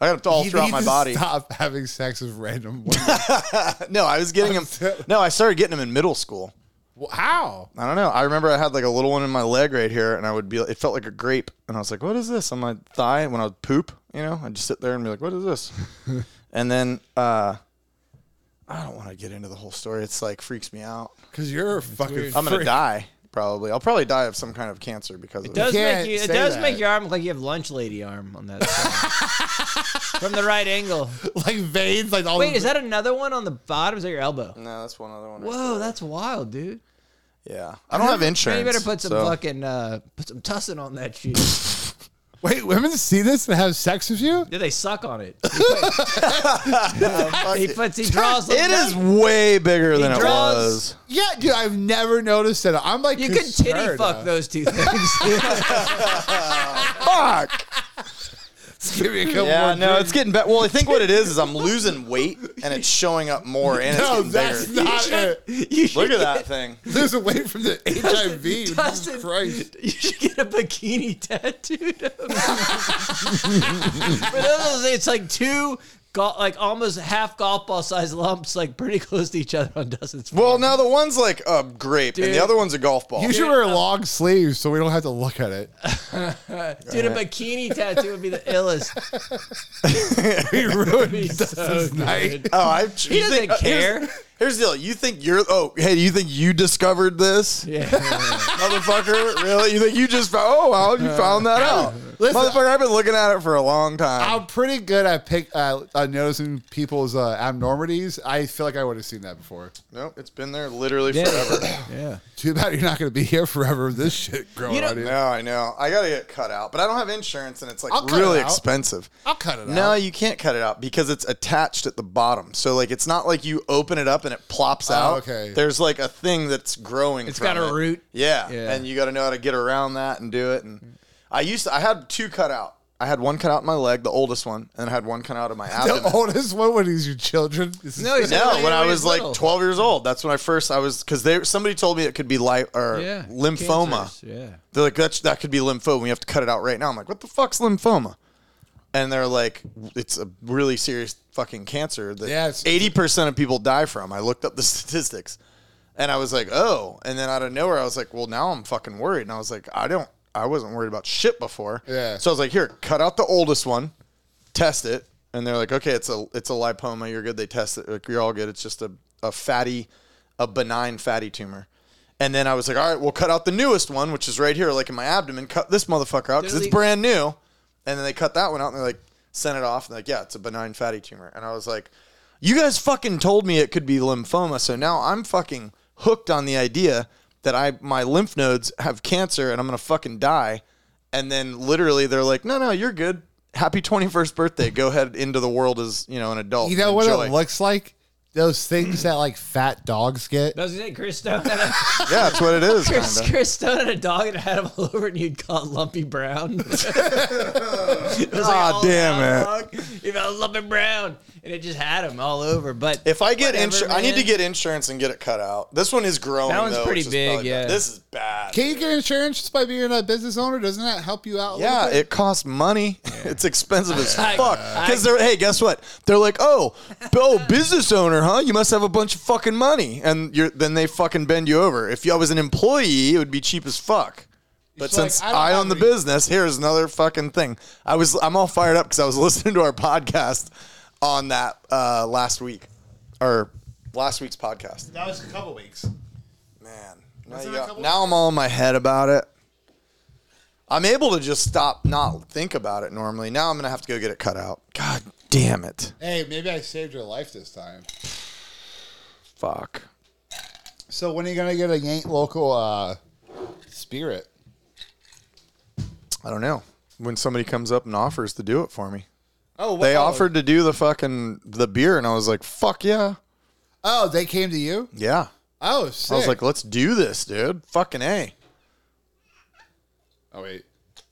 G: I got it all
I: You
G: throughout
I: need
G: my
I: to
G: body.
I: Stop having sex with random women.
G: No, I was getting them. No, I started getting them in middle school.
I: Well, How?
G: I don't know. I remember I had like a little one in my leg right here, and I would be. It felt like a grape, and I was like, "What is this?" On my thigh when I would poop, you know, I'd just sit there and be like, "What is this?" and then uh, I don't want to get into the whole story. It's like freaks me out.
I: Because you're a fucking.
G: I'm gonna
I: freak.
G: die. Probably, I'll probably die of some kind of cancer because
H: It
G: of it.
H: does make
I: can't
H: you. It
I: say
H: does
I: that.
H: make your arm look like you have lunch lady arm on that. side. From the right angle.
I: like veins, like all.
H: Wait, is that another one on the bottom? Is that your elbow?
G: No, that's one other one. I
H: Whoa,
G: said.
H: that's wild, dude.
G: yeah. I don't have
H: Man,
G: insurance.
H: you better put some
G: so-
H: fucking uh, put some tussin on that shit.
I: Wait, women see this and have sex with you?
H: Did they suck on it? He put- he puts. He draws.
G: It is way bigger than it
H: draws-
G: was.
I: Yeah, dude, I've never noticed it. I'm like,
H: You could titty
I: concerned,
H: fuck
I: uh,
H: those two things.
G: Fuck.
I: Give me a couple
G: Yeah,
I: more
G: no,
I: drinks.
G: it's getting better. Well, I think what it is is I'm losing weight and it's showing up more and it's
I: No,
G: getting
I: that's
G: bigger.
I: not it.
H: you should
G: Look at that thing.
I: Lose away from the HIV. Jesus
H: Dustin,
I: Christ.
H: You should get a bikini tattooed. of- For those, of us, it's like two, gol like almost half golf ball sized lumps, like pretty close to each other on Dustin's.
G: Well, now the one's like a grape and
H: Dude.
G: the other one's a golf ball.
I: You should wear long sleeves so we don't have to look at it.
H: dude, a bikini tattoo would be the illest.
I: We
H: It'd
I: ruined
H: be so good.
I: night.
G: Oh, I,
H: He doesn't care.
G: Here's, here's the deal. You think you're oh hey, you think you discovered this,
H: Yeah.
G: motherfucker? Really? You think you just found, oh wow, you
H: Uh,
G: found that out,
I: Listen-
G: motherfucker? I've been looking at it for a long time.
I: I'm pretty good at pick uh, uh, noticing people's uh, abnormalities. I feel like I would have seen that before.
G: nope, it's been there literally
H: Yeah.
G: forever.
H: yeah.
I: Too bad you're not going to be here forever. with This shit growing
H: You know-
I: on you.
G: No, I know. I gotta get cut out, but I don't have insurance, and it's like
I: I'll cut
G: really
I: it out.
G: expensive.
I: I'll cut it
G: No,
I: out.
G: you can't cut it out because it's attached at the bottom. So like, it's not like you open it up and it plops out.
I: Oh, okay.
G: There's like a thing that's growing.
H: It's
G: from
H: got a
G: it.
H: root.
G: Yeah.
H: Yeah.
G: and you got to know how to get around that and do it. And I used to, I had two cut out. I had one cut out in my leg, the oldest one, and I had one cut out of my abdomen.
I: The oldest one when he's your children. This is-
H: No, he's
G: No, when I
H: he's
G: was like
H: little.
G: 12 years old, that's when I first I was because they somebody told me it could be li- or
H: Yeah.
G: lymphoma.
H: Cancers, yeah.
G: They're like, that's, that could be lymphoma. We have to cut it out right now. I'm like, what the fuck's lymphoma? And they're like, it's a really serious fucking cancer that
I: Yeah, it's-
G: 80% of people die from. I looked up the statistics and I was like, oh. And then out of nowhere, I was like, well, now I'm fucking worried. And I was like, I don't, I wasn't worried about shit before.
I: Yeah.
G: So I was like, here, cut out the oldest one, test it. And they're like, okay, it's a, it's a lipoma. You're good. They test it. Like, you're all good. It's just a, a fatty, a benign fatty tumor. And then I was like, all right, we'll cut out the newest one, which is right here, like in my abdomen. Cut this motherfucker out because
H: Did
G: it's
H: they-
G: brand new. And then they cut that one out and they like sent it off. And like, yeah, it's a benign fatty tumor. And I was like, you guys fucking told me it could be lymphoma. So now I'm fucking hooked on the idea that I my lymph nodes have cancer and I'm gonna fucking die. And then literally they're like, no, no, you're good. Happy 21st birthday. Go ahead into the world as you know an adult.
I: You know what
G: Enjoy."
I: it looks like? Those things that like fat dogs get.
H: Doesn't it, Chris Stone? had a-
G: Yeah, that's what it is.
H: Chris,
G: kinda.
H: Chris Stone had a dog and had him all over, it and you'd call it Lumpy Brown. it was
G: Aw,
H: like
I: oh,
G: Ah,
H: all
G: damn
H: out dog. He felt Lumpy Brown, and it just had him all over. But
G: If I get
H: Whatever,
G: insurance, I need
H: man.
G: to get insurance and get it cut out. This one is growing.
H: That one's
G: though,
H: pretty
G: which is
H: big,
G: probably bad.
H: yeah.
G: This is bad.
I: Can you get insurance just by being a business owner? Doesn't that help you out? a
G: yeah,
I: little bit?
G: it costs money. It's expensive as
H: I-
G: fuck. Because they're hey, guess what? They're like, oh, oh, business owner, huh? You must have a bunch of fucking money, and you're then they fucking bend you over. If I was an employee, it would be cheap as fuck. But
I: It's like,
G: since
I: I don't
G: I,
I: have
G: own the
I: any-
G: business, here's another fucking thing. I was I'm all fired up because I was listening to our podcast on that uh, last week or last week's podcast.
I: That was a couple weeks.
G: Man, now, you
I: Wasn't it a
G: got-
I: couple-
G: now I'm all in my head about it. I'm able to just stop, not think about it normally. Now I'm gonna have to go get it cut out. God damn it!
I: Hey, maybe I saved your life this time.
G: Fuck.
I: So when are you gonna get a Yank local uh, spirit?
G: I don't know. When somebody comes up and offers to do it for me,
I: Oh,
G: they offered to do the fucking the beer, and I was like, "Fuck yeah,
I: Oh, they came to you.
G: yeah."
I: Oh, sick.
G: I was like, "Let's do this, dude." Fucking a.
I: oh wait,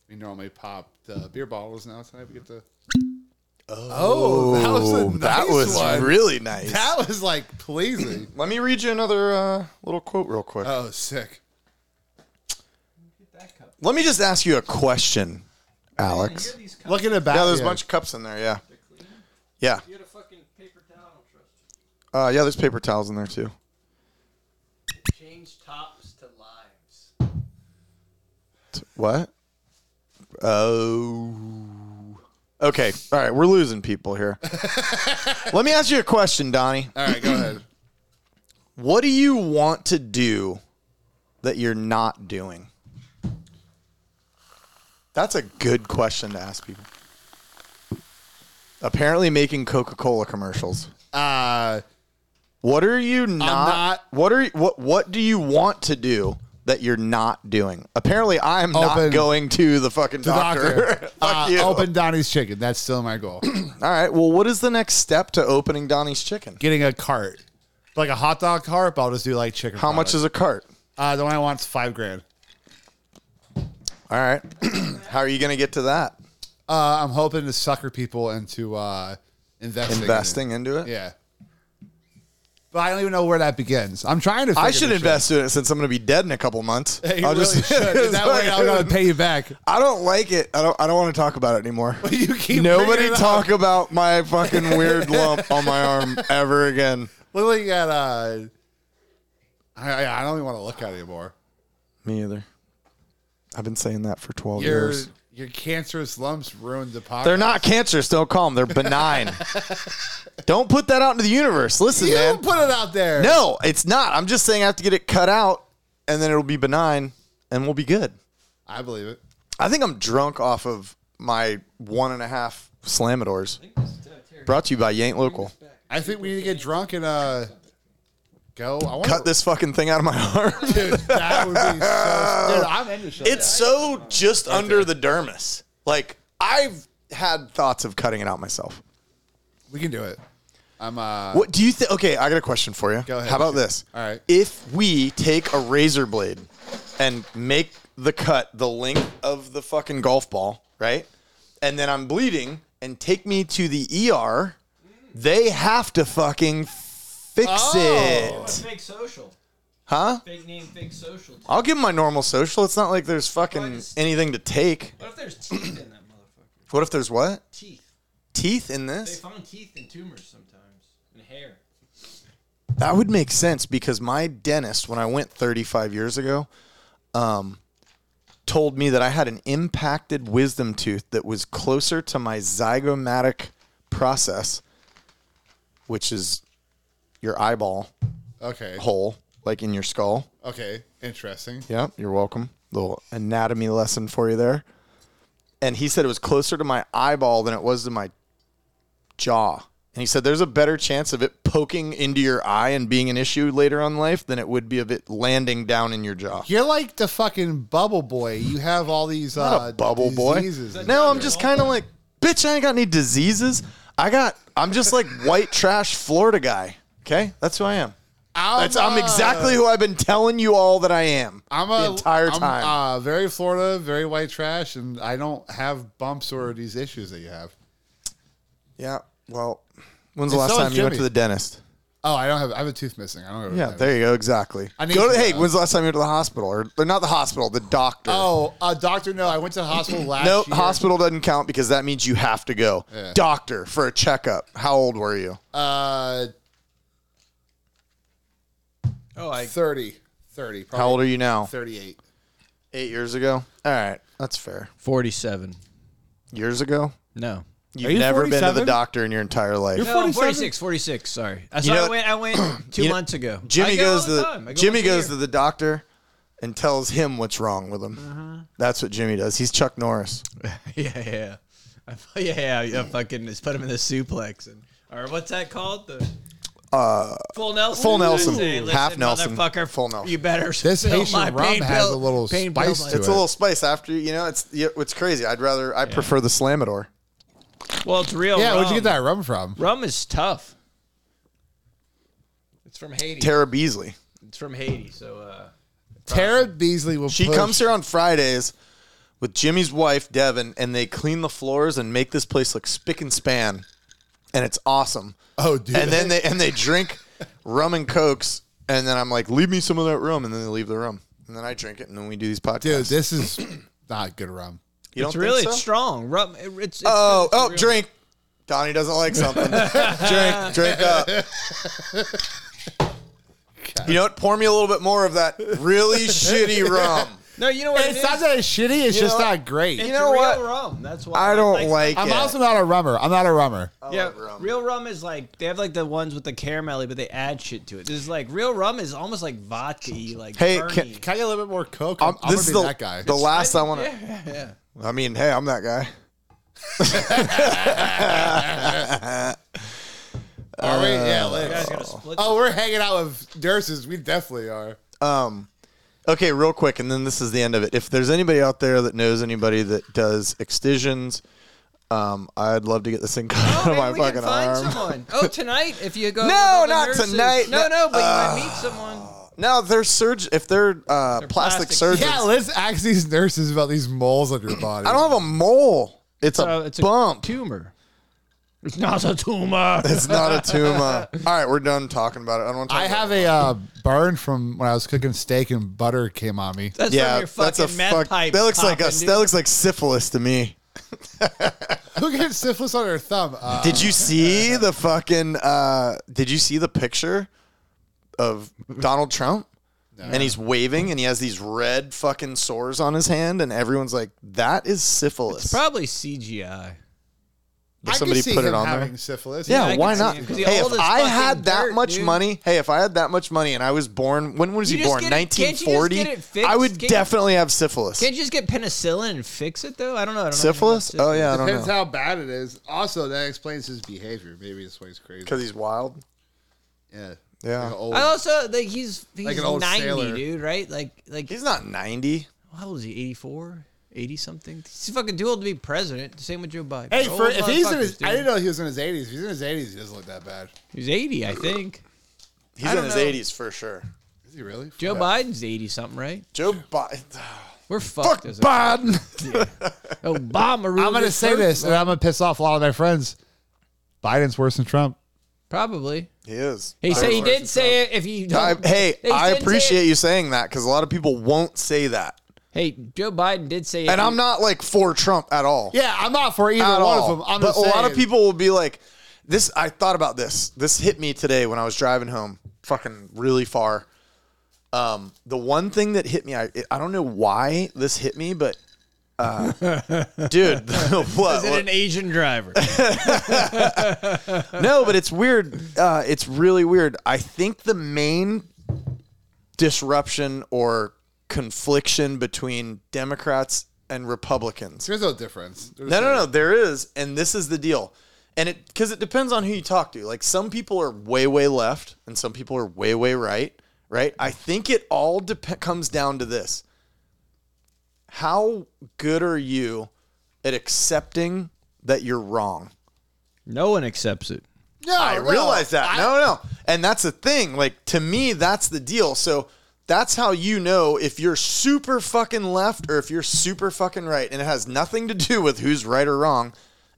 I: we normally pop the beer bottles now. Tonight we get the.
G: Oh,
I: that was a
G: that
I: nice
G: was
I: one.
G: really nice.
I: That was like pleasing.
G: Let me read you another uh, little quote real quick.
I: oh, sick.
G: Let me just ask you a question, Alex.
I: Look at it back.
G: Yeah, there's a bunch of cups in there. Yeah. Yeah. Uh, yeah, there's paper towels in there too.
H: change tops to lives.
G: T- What? Oh. Okay. All right. We're losing people here. Let me ask you a question, Donnie.
I: All right, go ahead.
G: What do you want to do that you're not doing? That's a good question to ask people. Apparently, making Coca Cola commercials.
I: Uh,
G: What are you not,
I: not-
G: What are you- what? What do you want to do that you're not doing? Apparently, I'm
I: Open-
G: not going to the fucking
I: the
G: doctor.
I: doctor.
G: Fuck
I: Uh,
G: you.
I: Open Donnie's Chicken. That's still my goal.
G: All right. Well, what is the next step to opening Donnie's Chicken?
I: Getting a cart, like a hot dog cart. But I'll just do like chicken.
G: How much is a cart?
I: Uh, the one I want is five grand.
G: All right. How are you going to get to that?
I: Uh, I'm hoping to sucker people into uh, investing. in it.
G: Investing into it.
I: Yeah. But I don't even know where that begins. I'm trying to.
G: I
I: figure
G: should
I: this
G: invest in it since I'm going to be dead in a couple months.
I: shit out. You really should. That way I'm gonna pay you back.
G: I don't like it. I don't. I don't want to talk about it anymore.
I: You keep
G: Nobody
I: bringing it
G: talk
I: Up.
G: about my fucking weird lump on my arm ever again.
I: Looking at uh, I I I don't even want to look at it anymore.
G: Me either. I've been saying that for 12
I: Your
G: years.
I: your cancerous lumps ruined the podcast.
G: They're not cancerous. Don't call them. They're benign. don't put that out into the universe. Listen,
I: You
G: man.
I: put it out there.
G: No, it's not. I'm just saying I have to get it cut out and then it'll be benign and we'll be good.
I: I believe it.
G: I think I'm drunk off of my one and a half slamadors. Brought to you by Yank Local.
I: I think we need to get drunk and uh, go. I want
G: Cut this fucking thing out of my arm.
I: Dude, that would be so. Dude, I'm into shit.
G: It's so just under the dermis. Like I've had thoughts of cutting it out myself.
I: we can do it. I'm uh.
G: What do you think? Okay, I got a question for you.
I: Go ahead.
G: How about this?
I: All right.
G: If we take a razor blade and make the cut the length of the fucking golf ball, right? And then I'm bleeding and take me to the ER, they have to fucking fix
I: Oh.
G: it.
H: Fake social.
G: Huh?
H: Fake name, fake social.
G: I'll give 'em my normal social. It's not like there's fucking
H: just-
G: anything to take.
H: What if there's teeth in that motherfucker?
G: What if there's what?
H: Teeth.
G: Teeth in
H: They
G: this?
H: found teeth in tumors sometimes, and hair.
G: That would make sense because my dentist, when I went 35 years ago, um, told me that I had an impacted wisdom tooth that was closer to my zygomatic process, which is your eyeball
I: Okay.
G: hole, like in your skull.
I: Okay. Interesting.
G: Yep, you're welcome. Little anatomy lesson for you there. And he said it was closer to my eyeball than it was to my jaw. And he said there's a better chance of it poking into your eye and being an issue later on in life than it would be of it landing down in your jaw.
I: You're like the fucking bubble boy. You have all these
G: Not
I: uh,
G: a bubble boy.
I: diseases.
G: No, I'm just kind of like, bitch, I ain't got any diseases. I got, I'm just like white trash Florida guy. Okay, that's who I am.
I: I'm,
G: That's, I'm
I: uh,
G: exactly who I've been telling you all that I am
I: I'm a,
G: the entire
I: I'm,
G: time.
I: Uh, very Florida, very white trash, and I don't have bumps or these issues that you have.
G: Yeah. Well, when's the
I: And
G: last
I: so is
G: time you went
I: Jimmy.
G: to the dentist?
I: Oh, I don't have. I have a tooth missing. I don't. Have a
G: Yeah,
I: tooth.
G: there you go. Exactly.
I: I need
G: go to,
I: to,
G: hey,
I: uh,
G: when's the last time you went to the hospital? Or they're not the hospital, the doctor.
I: Oh, uh, doctor, no. I went to the hospital last.
G: no,
I: year.
G: hospital doesn't count because that means you have to go.
I: Yeah.
G: Doctor for a checkup. How old were you?
I: Uh,
H: Oh, I
I: 30. 30. Probably
G: How old are you now?
I: 38.
G: Eight years ago. All right, that's fair.
H: forty-seven.
G: Years ago,
H: No.
G: you've
J: you
G: never been to the
J: 47?
G: doctor in your entire life.
J: You're
H: No,
J: 47?
H: 46, 46, sorry. I, saw
G: know-
H: I went, I went two
G: you know-
H: months ago. I
G: Jimmy
H: go all
G: goes to
H: the time.
G: the,
H: I go
G: Jimmy
H: once a
G: goes
H: year.
G: to the doctor and tells him what's wrong with him.
H: Uh-huh.
G: That's what Jimmy does. He's Chuck Norris.
H: Yeah, yeah. I, fu- yeah, yeah. I fucking just put him in the suplex. and Or what's that called? The full Nelson.
G: Uh, full Nelson.
H: Say, "Listen,
G: Half Nelson.
H: Motherfucker,
G: Full Nelson."
H: You better.
I: This
H: fill
I: Haitian
H: my
I: rum
H: pain
I: has
H: pill-
I: a little
H: pain pill
I: spice
H: my-
I: to
G: It's
I: it.
G: a little spice after you know. It's yeah, it's crazy. I'd rather I prefer the Slamador.
H: Well, it's real.
I: Yeah, where'd you
H: rum.
I: get that rum from?
H: Rum is tough. It's from Haiti.
G: Tara Beasley.
H: it's from Haiti. So, uh,
I: Tara Beasley will
G: She
I: push-
G: comes here on Fridays with Jimmy's wife Devin, and they clean the floors and make this place look spick and span, and it's awesome.
I: Oh, dude.
G: and then they and they drink rum and cokes, and then I'm like, leave me some of that rum, and then they leave the rum, and then I drink it, and then we do these podcasts.
I: Dude, this is not good rum.
G: you don't
H: it's really
G: think
H: it's
G: so?
H: strong. Rum. It, it's, it's
G: Oh,
H: it's
G: oh,
H: real.
G: drink. Donnie doesn't like something. drink, drink up. You know what? Pour me a little bit more of that really shitty rum.
H: No, you know what?
I: It's not that it's shitty. It's
G: You
I: just
G: know what?
I: not great.
G: You know what?
H: Real rum. That's why
G: I don't like
I: I'm
G: it.
I: also not a rummer. I'm not a rummer.
H: yeah,
G: love rum.
H: real rum is like they have like the ones with the caramelly, but they add shit to it. This is like real rum is almost like vodka, like
G: Hey,
H: Bernie.
G: can-
I: Can I get a little bit more coke?
G: I'm,
I: I'm, I'm
G: Um, this is
I: gonna
G: the,
I: be that guy.
G: the last I want to.
H: yeah, yeah.
G: I mean, hey, I'm that guy.
I: Are we? Yeah. like-
H: You guys gotta split.
I: oh, we're hanging out with nurses. We definitely are.
G: Um, okay, real quick, and then this is the end of it. If there's anybody out there that knows anybody that does excisions, um, I'd love to get this thing cut out
H: Oh,
G: of my
H: maybe we
G: fucking
H: can find
G: arm.
H: someone. Oh, tonight if you go.
G: No,
H: with all the
G: not
H: nurses.
G: tonight. Ah.
H: No, no, but you might meet someone.
G: No, if they're surg- if they're, uh, plastic,
H: plastic.
G: surgeons.
I: Yeah, let's ask these nurses about these moles on your body.
G: I don't have a mole. It's a
I: Oh,
G: bump.
H: tumor. It's not a tumor.
G: it's not a tumor. All right, we're done talking about it. I don't want to. Talk
I: I
G: about
I: have
G: it.
I: a uh, burn from when I was cooking steak and butter came on me.
H: That's
G: Yeah,
H: from your
G: that's
H: fucking
G: a
H: meth
G: fuck.
H: pipe.
G: That looks like
H: popping,
G: us.
H: dude.
G: That looks like syphilis to me.
I: Who gets syphilis on their thumb? Uh,
G: Did you see the fucking? Uh, did you see the picture of Donald Trump? And he's waving, and he has these red fucking sores on his hand, and everyone's like, "That is syphilis."
H: probably CGI.
I: I
G: Did somebody
I: could see
G: put it
I: him
G: on
I: having
G: there?
I: syphilis.
G: yeah,
H: I
G: why
H: can see
G: not?
H: him, 'cause he
G: Hey,
H: old
G: if
H: as
G: I
H: fucking
G: had that
H: dirt,
G: much
H: dude.
G: money, hey, if I had that much money, and I was born, when was
H: You
G: he
H: just
G: born?
H: get it- can't you just
G: Nineteen forty.
H: get it fixed?
G: I would
H: Can't you-
G: definitely have syphilis.
H: Can't you just get penicillin and fix it though? I don't know. I don't know anything about
G: syphilis? Oh yeah, I don't
I: Depends
G: know.
I: how bad it is. Also, that explains his behavior. Maybe that's why he's crazy.
G: Because he's wild.
I: yeah,
G: Yeah.
I: Like an old-
H: I also like he's he's
I: Like an old
H: ninety,
I: sailor.
H: dude. Right? Like like
G: He's not ninety.
H: how old is he? 84? 80 something? He's fucking too old to be president. Same with Joe Biden.
I: hey,
H: They're
I: for
H: old
I: if he's in
H: motherfuckers,
I: his,
H: dude.
I: I didn't know he was in his 80s. If he's in his 80s, he doesn't look that bad.
H: He's eighty, I think.
G: He's
H: I
G: in
H: don't
G: his
H: know.
G: eighties for sure.
I: Is he really?
H: Joe Biden's eighty something, right?
G: Joe Biden.
H: We're fucked.
G: Fuck
H: as
G: Biden.
H: a, Obama. ruled
I: I'm gonna
H: us
I: say
H: first.
I: this, and I'm gonna piss off a lot of my friends. Biden's worse than Trump.
H: Probably.
G: He is.
H: He said he
I: Biden's worse
H: did
I: than
H: say it. If you
G: I,
H: don't,
G: hey,
H: he
G: I
H: did say
G: appreciate
H: it.
G: you saying that because a lot of people won't say that,
H: Hey, Joe Biden did say it.
G: and I'm not like for Trump at all.
I: Yeah, I'm not for either
G: at
I: one
G: all.
I: of them. I'm
G: but
I: just
G: a lot of
I: saying.
G: people will be like, "This." I thought about this. This hit me today when I was driving home, fucking really far. Um, the one thing that hit me, I I don't know why this hit me, but uh, dude, what?
H: Is it an Asian driver?
G: no, but it's weird. Uh, it's really weird. I think the main disruption or confliction between Democrats and Republicans.
I: There's no difference. There's
G: No, no, no. There is, and this is the deal. And it because it depends on who you talk to. Like some people are way, way left, and some people are way, way right. Right. I think it all dep- comes down to this: how good are you at accepting that you're wrong?
H: no one accepts it.
I: No,
G: I
I: no.
G: realize that.
I: I-
G: no, no. And that's the thing. Like to me, that's the deal. So that's how you know if you're super fucking left or if you're super fucking right. And it has nothing to do with who's right or wrong.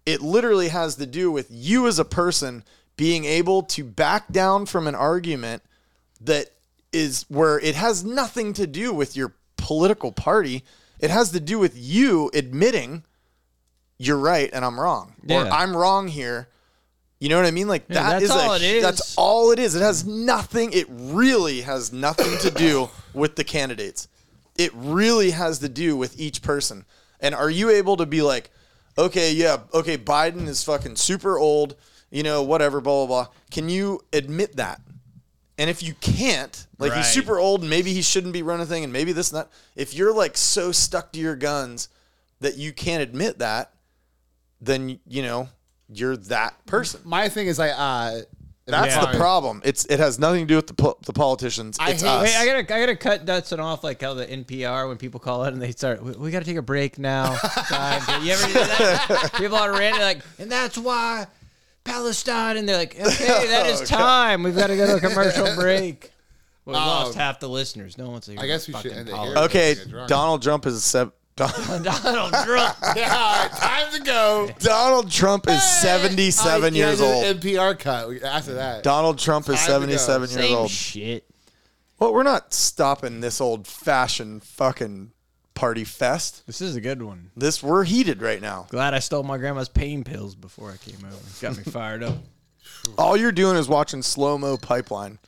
G: It literally has to do with you as a person being able to back down from an argument that is where it has nothing to do with your political party. It has to do with you admitting you're right and I'm wrong. Or
H: Yeah.
G: I'm wrong here. You know what I mean? Like
H: Yeah,
G: that
H: that's
G: is a-
H: all it is.
G: that's all it is. It has nothing. It really has nothing to do with the candidates. It really has to do with each person. And are you able to be like, okay, yeah, okay, Biden is fucking super old, you know, whatever, blah blah blah. Can you admit that? And if you can't, like he's
H: Right.
G: super old, and maybe he shouldn't be running a thing, and maybe this and that. If you're like so stuck to your guns that you can't admit that, then you know you're that person.
I: My thing is, I uh,
G: That's
I: Yeah.
G: the problem. It's it has nothing to do with the, po- the politicians.
I: I
G: it's
I: hate-
G: us.
H: Wait, I gotta, I gotta cut Dutson off like how the NPR when people call out and they start. We, we gotta take a break now. Time. You ever do that? People on Reddit are like, and that's why Palestine, and they're like, okay, that
I: Oh,
H: is time. We've got to go to a commercial break. Well, we lost half the listeners. No one wants to hear.
I: Um, I guess we
H: about
I: should
H: fucking
I: end it here.
H: politics.
G: okay,
I: Get drunk.
G: Donald Trump is sev- Don-
H: Donald Trump.
I: Yeah, time to go.
G: Donald Trump is seventy seven
I: I- yeah,
G: years
I: I did
G: old.
I: an NPR cut We- after that.
G: Donald Trump is
I: Time to go.
G: seventy seven years
H: Same
I: Oh.
G: old.
H: shit.
G: Well, we're not stopping this old fashioned fucking party fest.
H: This is a good one.
G: This we're heated right now.
H: Glad I stole my grandma's pain pills before I came over. Got me fired up.
G: All you're doing is watching slow mo pipeline.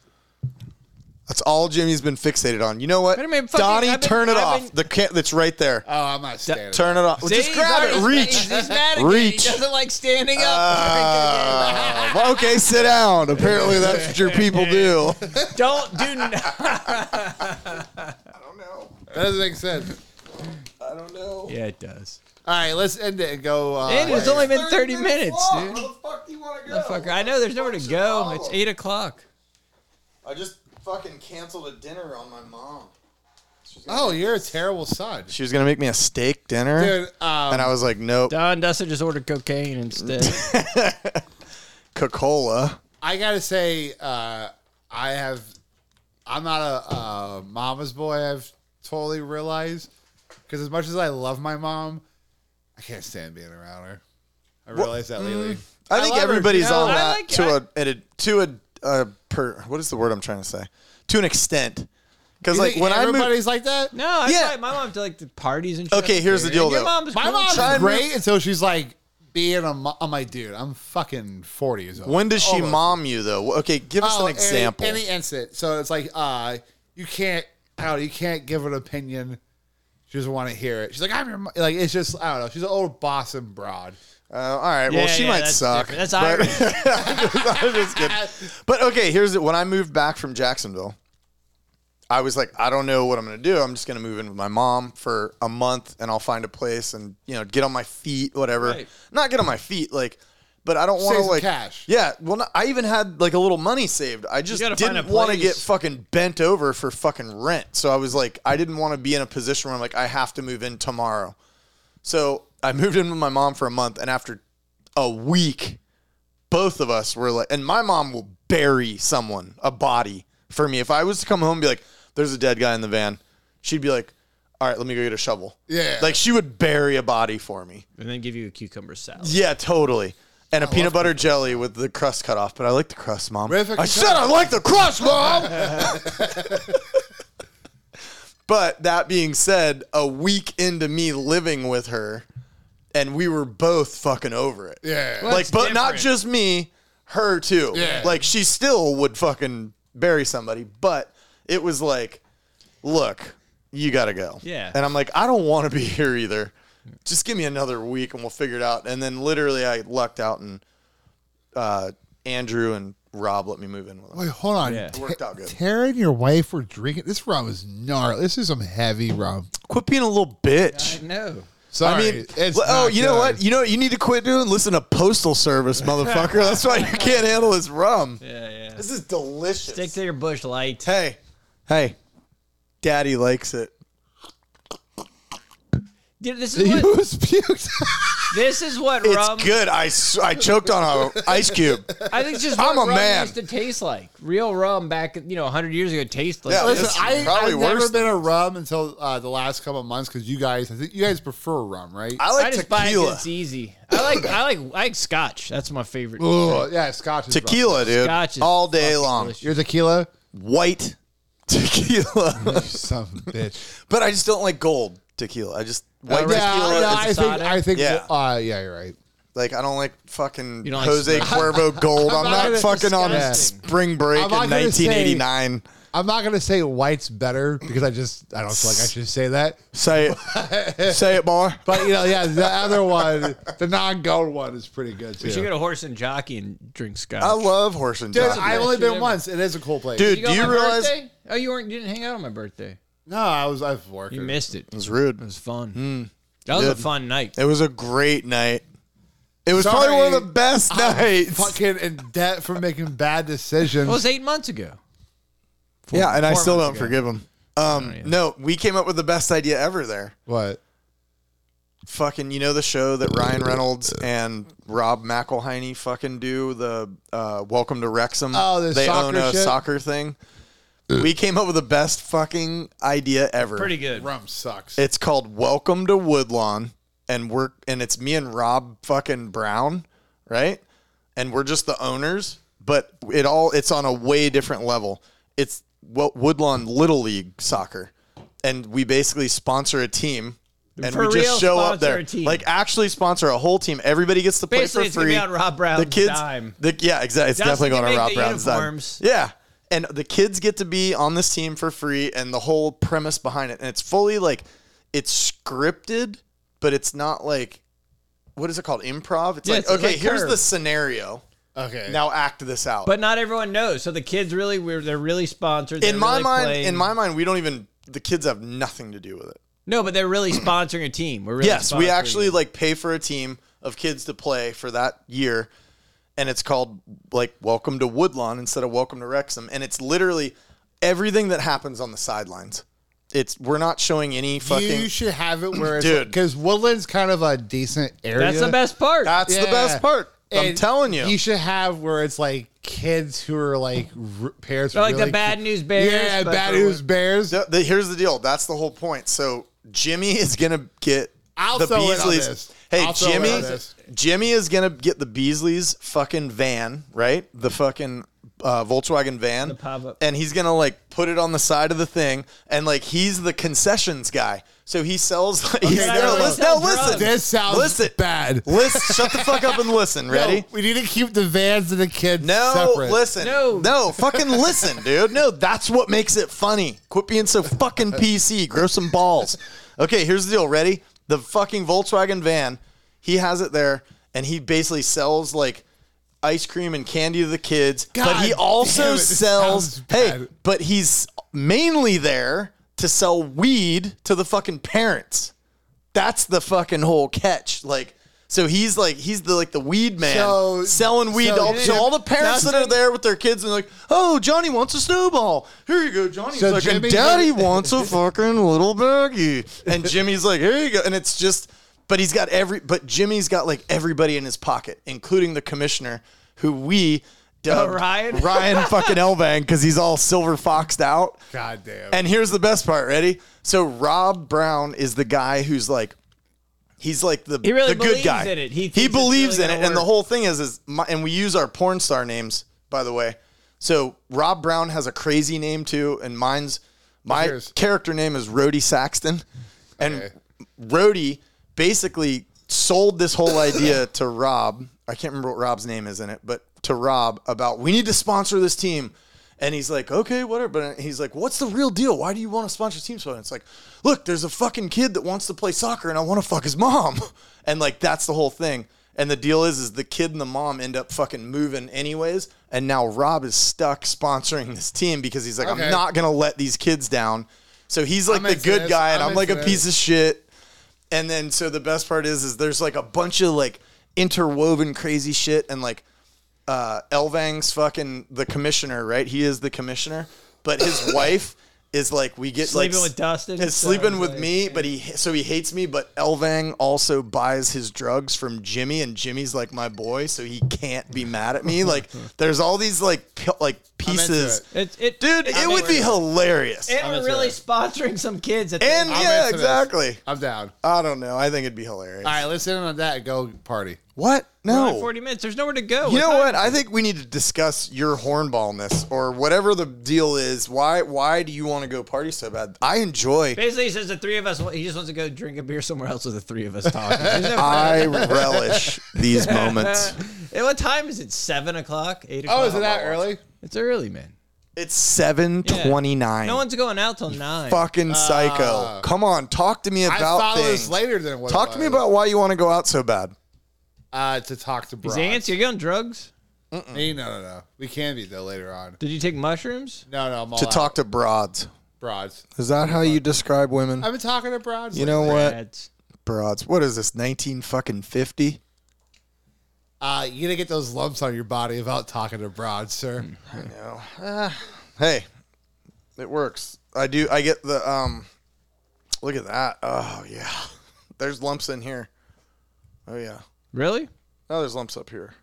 G: That's all Jimmy's been fixated on. You know what?
H: Wait a minute, fucking-
G: Donnie,
H: I've been-
G: turn it
H: I've
G: off.
H: been- Uh,
G: the can- that's right there.
I: Oh, I'm not standing.
G: turn it off. Well,
H: See,
G: just grab
H: he's
G: it.
H: already-
G: Reach.
H: He's, he's mad again.
G: Reach.
H: He doesn't like standing up.
I: Ah.
G: Uh, okay, sit down. Apparently, that's what your people do.
H: Don't do. Not.
I: That doesn't make sense.
G: I don't know.
H: Yeah, it does.
I: All right, let's end it and go. Uh,
H: And it's only been 30 minutes,
G: long.
H: dude.
G: Where the fuck do you want to go?
H: Motherfucker, I know there's nowhere to go. It's eight o'clock.
G: I just fucking canceled a dinner on my mom.
I: oh, you're a terrible son,
G: She was gonna make me a steak dinner,
I: dude. Um,
G: and I was like, nope,
H: Don Dustin just ordered cocaine instead.
G: Coca Cola.
I: I gotta say, uh, I have. I'm not a, uh mama's boy. I've totally realized because as much as I love my mom, I can't stand being around her. I realized that lately.
G: mm-hmm. I think
I: love her,
G: everybody's
I: you know?
G: on
H: I
G: that
H: like-
G: to
H: I-
G: a at a to a uh, per. What is the word I'm trying to say? To an extent, because
I: You
G: like
I: think
G: when I moved.
I: everybody's like that.
H: no, I
G: Yeah.
H: invite my mom to like the parties and shit.
G: Okay, here's the deal
H: Your
G: though.
H: mom's
I: My
H: cool.
I: mom's
G: Try and
I: great until she's like being a. Mo- I'm like, dude, I'm fucking forty years old.
G: When does she
I: Almost.
G: mom you though? Okay, give us
H: Oh,
G: an
I: any-
G: example.
I: Any, incident. So it's like, uh, you can't. I don't know. You can't give an opinion. She doesn't want to hear it. She's like, I'm your. mo-" Like it's just. I don't know. She's an old Boston broad.
G: Uh, all right.
H: Yeah,
G: well, she
H: yeah,
G: might
H: that's
G: suck.
H: different. That's
G: but,
H: Irish.
G: I'm just kidding. But okay, here's it. When I moved back from Jacksonville, I was like, I don't know what I'm going to do. I'm just going to move in with my mom for a month, and I'll find a place and you know get on my feet, whatever.
H: Right.
G: Not get on my feet, like. But I don't want to
I: Save some
G: like
I: cash.
G: Yeah, well, no, I even had like a little money saved. I just
H: gotta find
G: didn't
H: a
G: want to get
H: place.
G: fucking bent over for fucking rent. So I was like, I didn't want to be in a position where I'm like, I have to move in tomorrow. So I moved in with my mom for a month, and after a week, both of us were like, and my mom will bury someone, a body for me. If I was to come home and be like, there's a dead guy in the van, she'd be like, all right, let me go get a shovel.
I: Yeah.
G: Like she would bury a body for me.
H: and then give you a cucumber salad.
G: Yeah, totally. And a peanut butter jelly with the crust cut off, but I like the crust, mom.
I: Where the fuck
G: I
I: you
G: said I like the crust, mom. but that being said, a week into me living with her, and we were both fucking over it
I: Yeah.
G: like,
H: That's
G: but not
H: different.
G: just me, her too.
I: Yeah.
G: Like, she still would fucking bury somebody, but it was like, look, you gotta go.
H: Yeah.
G: And I'm like, I don't want to be here either. Just give me another week and we'll figure it out. And then literally, I lucked out and uh, Andrew and Rob let me move in with them.
I: Wait, hold on.
H: Yeah.
I: Ta-
G: Worked out good.
I: Tara and your wife were drinking. This rum is gnarly. This is some heavy rum.
G: Quit being a little bitch.
H: No.
I: Sorry.
G: I mean, oh, you know what? You know what you need to quit doing? Listen to Postal Service, motherfucker. That's why you can't handle this rum.
H: Yeah, yeah.
G: This is delicious.
H: Stick to your bush light.
G: Hey, hey, Daddy likes it.
H: Dude, this is what
I: was puked.
H: this is what
G: It's
H: rum.
G: good. I, s- I choked on a ice cube.
H: I think it's just what
G: I'm a
H: rum
G: man.
H: used to taste like. Real rum back, you know, hundred years ago tasted like.
G: Yeah,
H: this.
I: Listen,
G: It's
I: I,
G: probably
I: I've
G: worse
I: never
G: than
I: been a rum until uh, the last couple of months because you guys, I think you guys prefer rum, right?
G: I
H: I
G: like
H: just buy it 'cause
G: tequila.
H: it's easy. I like I like I like Scotch. That's my favorite.
I: Ugh, yeah, Scotch. Is rum.
G: Tequila, dude,
H: Scotch is
G: all day
H: fucking
G: long.
H: delicious.
I: Your tequila,
G: White tequila,
I: son of a bitch.
G: but I just don't like gold tequila. I just white
I: yeah,
G: tequila.
I: yeah,
G: is-
I: I think
H: exotic.
I: I think
G: Yeah.
I: uh, yeah, you're right.
G: like I don't like fucking
H: You don't like
G: Jose
H: smoke.
G: Cuervo gold. I'm
I: not
G: not
I: gonna-
G: fucking on
H: disgusting.
G: spring break
I: I'm
G: in
I: not gonna say-
G: 1989.
I: I'm not gonna say white's better because I just I don't feel like I should say that.
G: Say it, say it, boy.
I: But you know, yeah, the other one, the non-gold one, is pretty good too.
H: You should get a horse and jockey and drink Scotch.
G: I love horse and
I: Dude,
G: Johnson.
I: I've only
H: Yeah.
I: been once. It is a cool place.
G: Dude,
H: Did you
G: do
H: go on
G: you
H: my
G: realize
H: birthday? Oh, you weren't. You didn't hang out on my birthday.
I: no, I was I've worked.
H: You missed it. It
G: it's rude?
H: was fun. That was a
G: Hmm. Good.
H: fun night.
G: It was a great night. It was probably
I: Sorry.
G: one of the best nights.
I: fucking in debt for making bad decisions.
H: It was eight months ago.
G: yeah, and I
H: four
G: still don't
H: months ago. Oh,
G: forgive him. Um, no, we came up with the best idea ever there.
I: what?
G: Fucking, you know the show that Ryan Reynolds and Rob McElhaney fucking do the uh, Welcome to Wrexham.
I: Oh, the
G: they
I: soccer
G: own a
I: shit?
G: soccer thing. We came up with the best fucking idea ever.
H: Pretty good.
I: Rum sucks.
G: It's called Welcome to Woodlawn, and we're and it's me and Rob fucking Brown, right? And we're just the owners, but it all it's on a way different level. It's Wo- Woodlawn Little League soccer, and we basically sponsor a team. And
H: For
G: we
H: real,
G: just show up
H: sponsor
G: there,
H: a team.
G: like actually sponsor a whole team. Everybody gets to play
H: Basically,
G: for
H: it's
G: free.
H: gonna be on Rob Brown's
G: the kids,
H: dime.
G: The, yeah, exactly. It's definitely
H: Dustin can
G: going on
H: make
G: Rob
H: the
G: Brown's dime.
H: uniforms.
G: Yeah, and the kids get to be on this team for free and the whole premise behind it and it's fully like it's scripted but it's not like what is it called improv it's
H: Yeah,
G: like
H: it's like
G: okay here's
H: Curb.
G: the scenario
I: Okay.
G: now act this out
H: But not everyone knows. So the kids really, we're, they're really sponsored.
G: in
H: they're
G: my
H: really
G: mind
H: playing-
G: in my mind we don't even the kids have nothing to do with it
H: no, but they're really sponsoring a team. We're really
G: yes we
H: sponsoring
G: actually
H: it.
G: like pay for a team of kids to play for that year and it's called like welcome to woodlawn instead of welcome to wrexham and it's literally everything that happens on the sidelines it's we're not showing any fucking
I: you should have it where it's
G: Dude.
I: because Woodland's kind of a decent area.
H: that's the best part.
G: that's the
I: Yeah.
G: best part i'm
I: And
G: telling you,
I: You should have where it's like kids who are like r- parents. who
H: They're like the
I: really-
H: bad news bears,
I: Yeah,
H: but
I: bad
H: for-
I: news bears.
G: The- the- here's the deal that's the whole point so jimmy is gonna get
I: I'll
G: the
I: throw in on
G: Beasleys.
I: this.
G: Hey,
I: I'll throw in on
G: Jimmy.
I: this.
G: Jimmy is gonna get the Beasleys' fucking van, right? The fucking uh, Volkswagen van,
H: pop-up.
G: and he's gonna like put it on the side of the thing, and like he's the concessions guy, so he sells. he's
I: I
G: gonna
I: really
G: listen,
H: sell
G: no, listen.
H: drugs.
I: This sounds
G: listen.
I: bad.
G: Listen. Shut the fuck up and listen. Ready?
I: No, we need to keep the vans and the kids
G: No,
I: separate.
G: listen.
H: No.
G: no, fucking listen, dude. No, that's what makes it funny. Quit being so fucking PC. Grow some balls. Okay, here's the deal. Ready? The fucking Volkswagen van. He has it there, and he basically sells like ice cream and candy to the kids. but
I: God
G: he also
I: damn it, this
G: sells.
I: sounds
G: Hey,
I: bad.
G: but he's mainly there to sell weed to the fucking parents. That's the fucking whole catch. Like. So he's like he's the like the weed man
I: So-
G: selling weed
I: so
G: to all, to
I: Jim-
G: all the parents that are there with their kids and like, oh, Johnny wants a snowball. Here you go, Johnny.
I: So
G: fucking
I: Jimmy-
G: daddy wants a fucking little baggie. And Jimmy's like, here you go. And it's just, but he's got every, but Jimmy's got like everybody in his pocket, including the commissioner who we
I: Oh,
G: dubbed
H: Ryan?
G: Ryan fucking Elvang because he's all silver foxed out.
I: God damn.
G: And here's the best part. Ready? So Rob Brown is the guy who's like, he's like the,
H: He really
G: the good
H: believes
G: guy.
H: in it. He thinks
G: he
H: it's
G: believes
H: really
G: in it.
H: gonna
G: And the
H: work.
G: whole thing is, is my, and we use our porn star names, by the way. So Rob Brown has a crazy name too, and mine's my
I: Yours.
G: character name is Rhodey Saxton, and Rhodey basically sold this whole idea to Rob. I can't remember what Rob's name is in it, but to Rob about we need to sponsor this team. And he's like, okay, whatever. But he's like, what's the real deal? Why do you want to sponsor teams? So it's like, look, there's a fucking kid that wants to play soccer, and I want to fuck his mom. And like that's the whole thing. And the deal is, is the kid and the mom end up fucking moving anyways. And now Rob is stuck sponsoring this team because he's like, I'm
I: Okay.
G: not gonna let these kids down. So he's like
I: I'm
G: the
I: into
G: good
I: this.
G: guy, and I'm,
I: I'm
G: like a
I: into
G: piece of shit. And then so the best part is, is there's like a bunch of like interwoven crazy shit, and like uh, Elvang's fucking the commissioner, right? He is the commissioner, but his wife is like we get
H: Sleeping
G: like
H: with Dustin,
G: is
H: so
G: sleeping
H: it's
G: with
H: like-
G: me, but he so he hates me. But Elvang also buys his drugs from Jimmy, and Jimmy's like my boy, so he can't be mad at me. Like there's all these like p- like
I: into
G: pieces.
I: it.
H: It's it,
G: Dude,
H: it's-
G: it would be hilarious.
H: And we're really sponsoring some kids. At the
G: And
I: I'm
G: yeah,
I: into this.
G: exactly.
I: I'm down.
G: I don't know. I think it'd be hilarious.
I: All right, let's end on that. and Go party.
G: What?
H: Only
G: No.
H: forty minutes. There's nowhere to go.
G: You know
H: time-
G: what? I think we need to discuss your hornballness or whatever the deal is. Why? Why do you want to go party so bad? I enjoy.
H: Basically, he says the three of us. He just wants to go drink a beer somewhere else with the three of us talking. There's no-
G: I relish these moments.
H: Hey, what time is it? Seven o'clock, eight o'clock.
I: Oh, is it that early?
H: It's early, man.
G: It's seven
H: Yeah.
G: twenty-nine.
H: No one's going out till nine.
G: fucking psycho. Come on, talk to me
I: Ah. I
G: about
I: thought it
G: things.
I: was later than what. it
G: Talk to me
I: was.
G: about why you want to go out so bad.
I: uh, to talk to Brock.
H: Zance, you're on drugs?
I: Hey, no, no, no. We can be though later on.
H: Did you take mushrooms?
I: No, no. I'm all
G: To
I: out.
G: talk to broads.
I: broads.
G: Is that how you describe women?
I: I've been talking to broads.
G: You know what?
H: That's
G: Broads. What is this? Nineteen fucking fifty.
I: uh, you gonna get those lumps on your body about talking to broads, sir.
G: Hmm. eh, Hey, it works. I do. I get the um. Look at that. Oh yeah. There's lumps in here. Oh yeah.
H: really
G: Oh, there's lumps up here.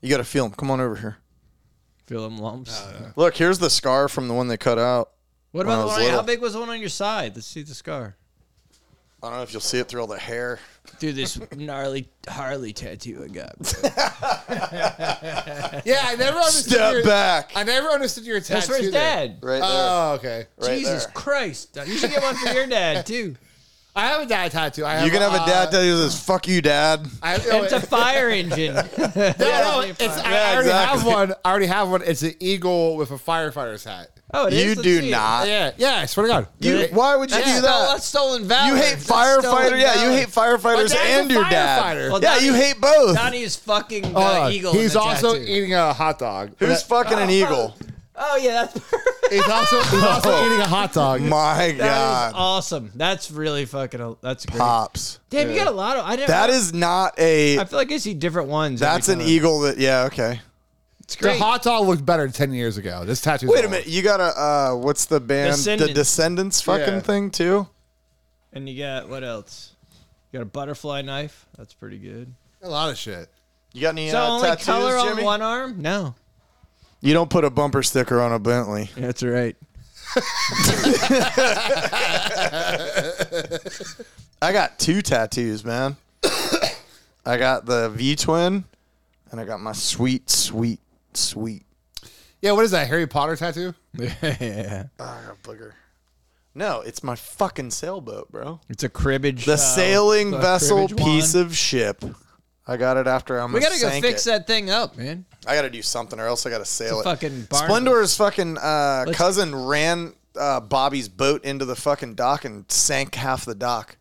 G: You got to feel them. Come on over here.
H: feel them lumps.
G: Look, here's the scar from the one they cut out.
H: what
G: when I
H: about
G: was
H: the one? on- How
G: little.
H: big was the one on your side? Let's see the scar.
G: I don't know if you'll see it through all the hair.
H: Dude, this gnarly Harley tattoo I got. bro.
I: Yeah, I never understood.
G: Step
I: your,
G: back.
I: I never understood your tattoo.
H: That's for his
I: there.
H: dad.
G: Right there.
I: Oh, okay.
G: right
H: Jesus Uh,
G: there.
H: Christ! You should get one for your dad too.
I: I have a dad tattoo. I have,
G: You can have
I: uh,
G: a dad tell you this, fuck you, dad.
I: I have, no,
J: It's a fire engine.
I: no, it's, I, I
G: Yeah,
I: already have
G: exactly.
I: one. I already have one. It's an eagle with a firefighter's hat.
J: Oh, it is?
G: You
J: Let's
G: do
J: see it.
G: not.
I: Yeah, yeah. I swear to God.
G: You, why would you
J: That's
G: do
J: stole-
G: that?
J: That's stolen valor.
G: You hate
J: That's stolen
G: firefighter, yeah. You
J: valor.
G: hate firefighters
I: My dad's
G: and
I: a
G: your dad.
I: firefighter.
J: Well,
G: yeah,
J: Donnie-
G: you hate both.
J: Donnie is fucking
I: Hold
J: uh,
I: on.
J: eagle. in
I: He's
J: the
I: also e-
J: tattoo.
I: eating a hot dog.
G: Who's fucking an eagle?
J: Oh yeah, that's perfect.
I: He's also he's also eating a hot dog.
G: My
J: That is
G: God,
J: awesome. That's really fucking. That's great.
G: pops.
J: Damn, you got a lot of. I didn't.
G: That is not a.
H: I feel like I see different ones. every
G: That's an e-
H: time.
G: eagle. That yeah, okay.
J: It's
I: The
J: great.
I: hot dog looked better ten years ago. This tattoo.
G: Wait a minute. You got a uh, what's the band? The
J: Descendants.
G: Descendants fucking
I: Yeah.
G: thing too.
H: And you got what else? You got a butterfly knife. That's pretty good.
I: A lot of shit.
G: You got any
H: So
G: uh,
H: only
G: tattoos,
H: color
G: Jimmy?
H: on one arm? No.
G: You don't put a bumper sticker on a Bentley.
H: That's right.
G: I got two tattoos, man. I got the V twin, and I got my sweet, sweet, sweet
I: Yeah, what is that? Harry Potter tattoo?
H: yeah.
G: booger. No, it's my fucking sailboat, bro.
H: It's a cribbage.
G: The
H: uh,
G: sailing
H: the
G: vessel
H: cribbage wand.
G: piece of ship. I got it after I'm.
H: We gotta go fix
G: it.
H: that thing up, man.
G: I gotta do something, or else I gotta sail
H: It's
G: it.
H: a fucking barnacle.
G: Splendor's fucking uh, cousin ran uh, Bobby's boat into the fucking dock and sank half the dock.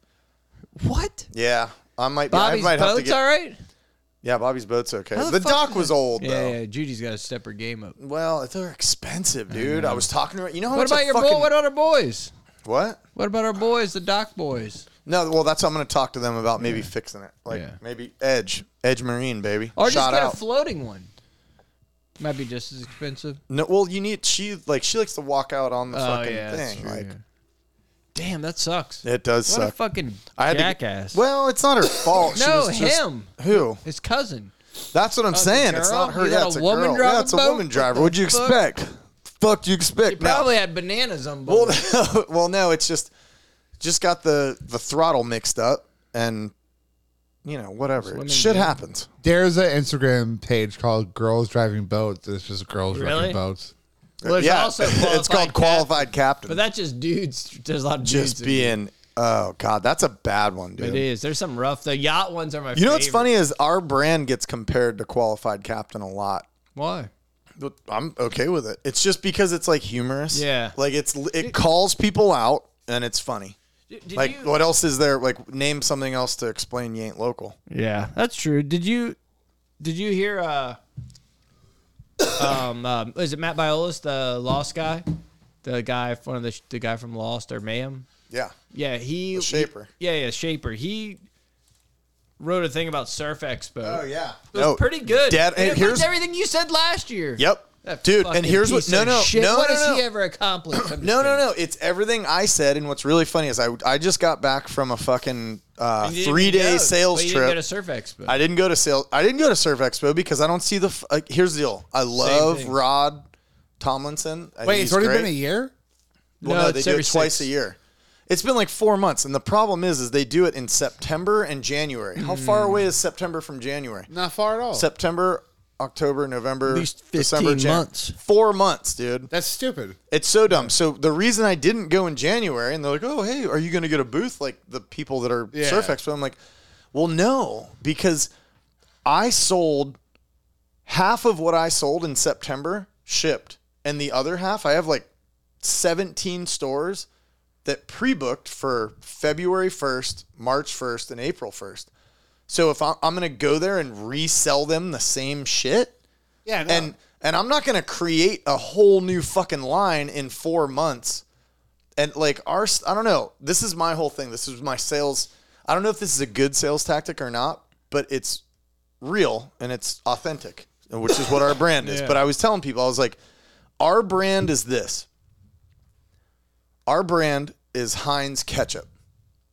J: What?
G: Yeah, I might. be-
J: Bobby's
G: I might have to
J: boat's
G: get.
J: all right.
G: Yeah, Bobby's boat's okay.
J: the
G: The,
J: fuck
G: dock
J: is
G: was old
H: Yeah,
G: though.
H: yeah. Judy's got to step her game up.
G: Well, they're expensive, dude. I, was talking to her. You know how
H: What
G: much
H: about
G: a
H: your
G: fucking,
H: boy? What about our boys?
G: What?
H: What about our boys, the dock boys?
G: No, well, that's what I'm gonna talk to them about. Maybe fixing it. Like
H: Yeah.
G: maybe Edge, Edge Marine, baby.
J: Or just
G: Shout
J: get
G: out.
J: a floating one. Might be just as expensive.
G: No, well, you need she like she likes to walk out on the
H: Oh,
G: fucking
H: yeah, that's
G: thing.
H: true,
G: like
H: Damn, that sucks.
G: it does
H: what a
G: suck.
H: fucking
G: I had to-
H: jackass.
G: well, it's not her fault. She
J: No,
G: was just-
J: him.
G: Who?
J: His cousin.
G: That's what I'm saying. It's
J: girl?
G: not her.
J: You
G: Yeah,
J: let
G: it's
J: a
G: a
J: woman
G: girl.
J: drive
G: Yeah,
J: a
G: it's a
J: boat?
G: woman driver.
J: What
G: What'd you
J: the fuck?
G: expect? Fuck you expect? No.
J: Probably had bananas on board.
G: Well, no, well, no. It's just just got the the throttle mixed up, and you know whatever shit happens.
I: There's an Instagram page called Girls Driving Boats. It's just girls driving boats.
J: There's
G: yeah,
J: also
G: it's
J: qualified
G: called qualified captain.
J: But that's just dudes. There's a lot of dudes.
G: just
J: in here.
G: being. Oh god, that's a bad one, dude.
J: It is. There's some rough. The yacht ones are my.
G: You know what's
J: favorite.
G: funny is our brand gets compared to qualified captain a lot.
H: Why?
G: But I'm okay with it. It's just because it's like humorous.
H: Yeah.
G: Like it's it calls people out and it's funny.
H: Did
G: like
H: you-
G: what else is there? Like name something else to explain you ain't local.
H: Yeah, that's true. Did you did you hear uh um, um is it Matt Biolis, the Lost guy? The guy one of the the guy from Lost or Mayhem?
G: Yeah.
H: Yeah, he
G: The Shaper.
H: Yeah, yeah, Shaper. He wrote a thing about Surf Expo.
G: Oh yeah.
H: It was pretty good.
G: Dad-
H: and
G: and
H: it
G: here's-
H: puts everything you said last year.
G: Yep.
H: That
G: Dude,
H: fucking
G: and here's what
J: piece
G: no
J: of
G: no
J: shit.
G: no
J: What
G: no,
J: has
G: no.
J: he ever accomplished? I'm just
G: no, no, no. It's everything I said, and what's really funny is I, I just got back from a fucking uh,
H: You didn't
G: three
H: go,
G: day sales
H: but you
G: trip.
H: Didn't go to Surf Expo.
G: I didn't go to sale. I didn't go to Surf Expo because I don't see the. F- like, here's the deal. I love
H: thing.
G: Rod Tomlinson. I think
I: Wait,
G: he's
I: it's already
G: great.
I: been a year?
G: Well,
H: No,
G: no,
H: it's
G: they do
H: every
G: it twice
H: six.
G: a year. It's been like four months, and the problem is, is they do it in September and January. How far away is September from January?
I: Mm. Not far at all.
G: September, October, November,
H: least 15
G: December, Jan-
H: months.
G: Four months, dude.
I: That's stupid.
G: It's so dumb. So the reason I didn't go in January, and they're like, "Oh, hey, are you going to get a booth?" Like the people that are
I: Yeah.
G: Surf Expo. I'm like, "Well, no, because I sold half of what I sold in September shipped, and the other half I have like 17 stores that pre-booked for February 1st, March 1st, and April 1st. So if I- I'm going to go there and resell them the same shit,
I: Yeah,
G: and and I'm not gonna create a whole new fucking line in four months. And like our, s- I don't know. This is my whole thing. This is my sales. I don't know if this is a good sales tactic or not, but it's real and it's authentic, which is what our brand is. But I was telling people, I was like, our brand is this. Our brand is Heinz ketchup.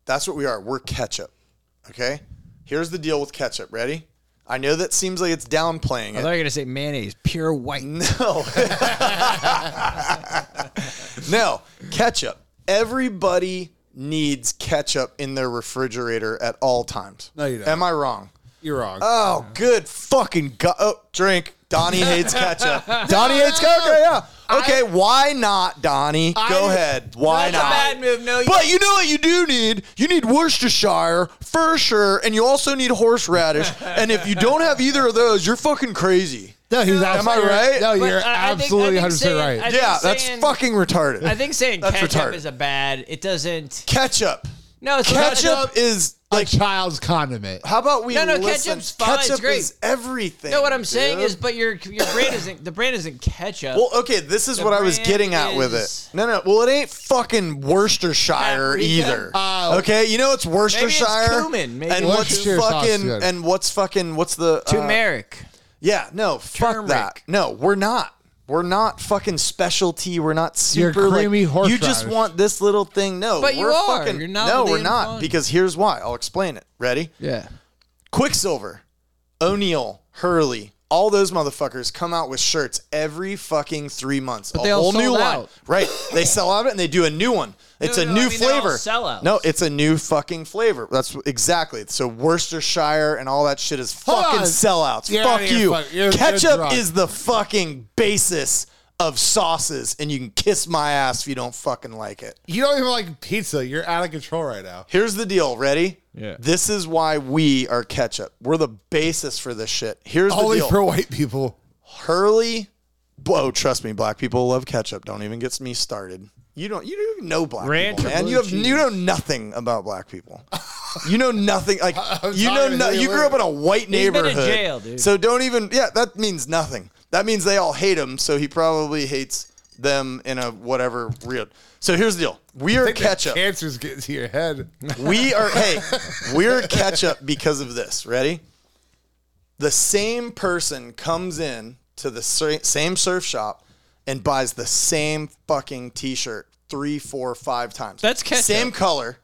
G: That's what we are. We're ketchup. Okay. Here's the deal with ketchup. Ready? I know that seems like it's downplaying
H: I
G: it.
H: thought you were gonna say mayonnaise, pure white.
G: No. no, ketchup. Everybody needs ketchup in their refrigerator at all times.
I: No, you don't.
G: Am I wrong?
I: You're wrong.
G: Oh, good fucking go- oh, drink. Donnie hates ketchup. Donnie hates ketchup. Yeah. Okay, why not, Donnie? Go ahead. Why
H: That's a
G: not?
H: bad move. No, you-
G: But you know what you do need? You need Worcestershire for sure, and you also need horseradish. and if you don't have either of those, you're fucking crazy.
I: No, he's absolutely
G: I right?
I: No,
G: But
I: you're
H: I- I think- I
I: absolutely
H: think
I: 100%
H: saying-
I: right.
H: I think
G: yeah, that's
H: saying-
G: fucking retarded.
H: I think saying
G: That's
H: ketchup
G: retarded.
H: is a bad. It doesn't.
G: ketchup.
H: No, it's not-
G: Ketchup is
I: a
G: like.
I: child's condiment.
G: How about we
H: No, no,
G: listen?
H: ketchup's fine, it's
G: Ketchup
H: great.
G: is everything.
H: No, what I'm saying
G: dude.
H: is, but your your brand isn't the brand isn't ketchup.
G: Well, okay, this is
H: The
G: what I was
H: brand
G: getting at with
H: is-
G: it. No, no. Well, it ain't fucking Worcestershire
H: Paprika.
G: either.
I: Oh.
G: okay, you know it's Worcestershire
H: cumin, maybe
G: and
H: it's
G: what's
I: cumin. Worcestershire sauce is
G: fucking
I: good.
G: and what's fucking what's the uh,
H: Turmeric.
G: Yeah, no, fuck
H: Turmeric.
G: that. No, we're not. We're not fucking specialty. We're not
I: You're
G: super.
I: creamy
G: like, you just
I: horseradish.
G: want this little thing. No,
H: But you
G: we're
H: are.
G: Fucking,
H: You're not
G: no,
H: really
G: we're not.
H: fun.
G: Because here's why. I'll explain it. Ready?
J: Yeah.
G: Quicksilver, O'Neill, Hurley, all those motherfuckers come out with shirts every fucking three months. But a
J: they all
G: whole new
J: sold
G: line.
J: out.
G: Right. They sell out of it and they do a new one. It's
H: No,
G: a
H: no,
G: new
H: I mean, they're all
G: flavor.
H: sellouts.
G: No, it's a new fucking flavor. That's exactly. So Worcestershire and all that shit is
I: Hold
G: fucking
I: on.
G: sellouts.
I: You're out
G: Fuck
I: of your
G: you.
I: fuck- you're- you're
G: Ketchup
I: drunk.
G: is the fucking basis of sauces and you can kiss my ass if you don't fucking like it.
I: You don't even like pizza. You're out of control right now.
G: Here's the deal. Ready?
H: Yeah.
G: This is why we are ketchup. We're the basis for this shit. Here's
I: Only
G: the deal.
I: for white people.
G: Hurley. Oh, trust me, black people love ketchup. Don't even get me started. You don't. You don't even know black
H: Ranch
G: people,
H: or
G: man.
H: blue
G: You have.
H: cheese?
G: You know nothing about black people. you know nothing. Like
I: I'm
G: you know.
I: sorry,
G: No,
I: they
G: you grew
I: were.
G: up in a white
H: He's been
G: neighborhood.
H: to jail, dude.
G: So don't even. Yeah, that means nothing. That means they all hate him. So he probably hates them in a whatever real. So here's the deal. We are ketchup.
I: Cancer's getting to your head.
G: We are hey, we're ketchup because of this. Ready? The same person comes in to the sa- same surf shop and buys the same fucking t-shirt three, four, five times.
H: That's ketchup.
G: Same color.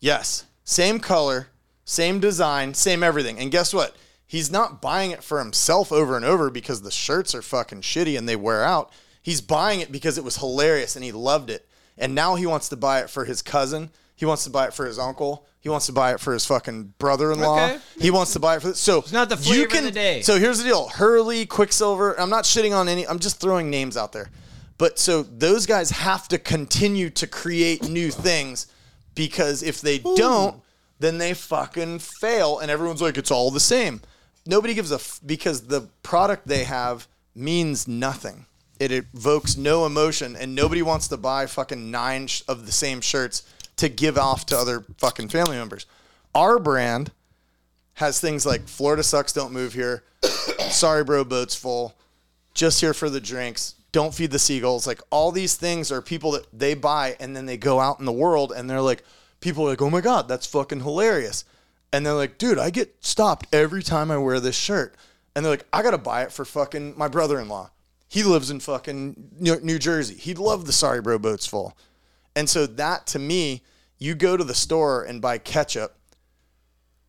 G: Yes, same color, same design, same everything. And guess what? He's not buying it for himself over and over because the shirts are fucking shitty and they wear out. He's buying it because it was hilarious and he loved it. And now he wants to buy it for his cousin. He wants to buy it for his uncle. He wants to buy it for his fucking brother-in-law.
H: Okay.
G: He wants to buy it for so it's
H: not the flavor
G: you
H: of
G: can,
H: the day.
G: So here's the deal: Hurley, Quicksilver. I'm not shitting on any. I'm just throwing names out there. But so those guys have to continue to create new things because if they don't, then they fucking fail, and everyone's like, it's all the same. Nobody gives a f- because the product they have means nothing. It evokes no emotion, and nobody wants to buy fucking nine sh- of the same shirts to give off to other fucking family members. Our brand has things like Florida sucks, don't move here. Sorry, bro, boat's full. Just here for the drinks. Don't feed the seagulls. Like all these things are people that they buy and then they go out in the world and they're like, people are like, oh my God, that's fucking hilarious. And they're like, dude, I get stopped every time I wear this shirt. And they're like, I gotta buy it for fucking my brother in law. He lives in fucking New New Jersey. He'd love the Sorry Bro Boat's Full. And so that to me, you go to the store and buy ketchup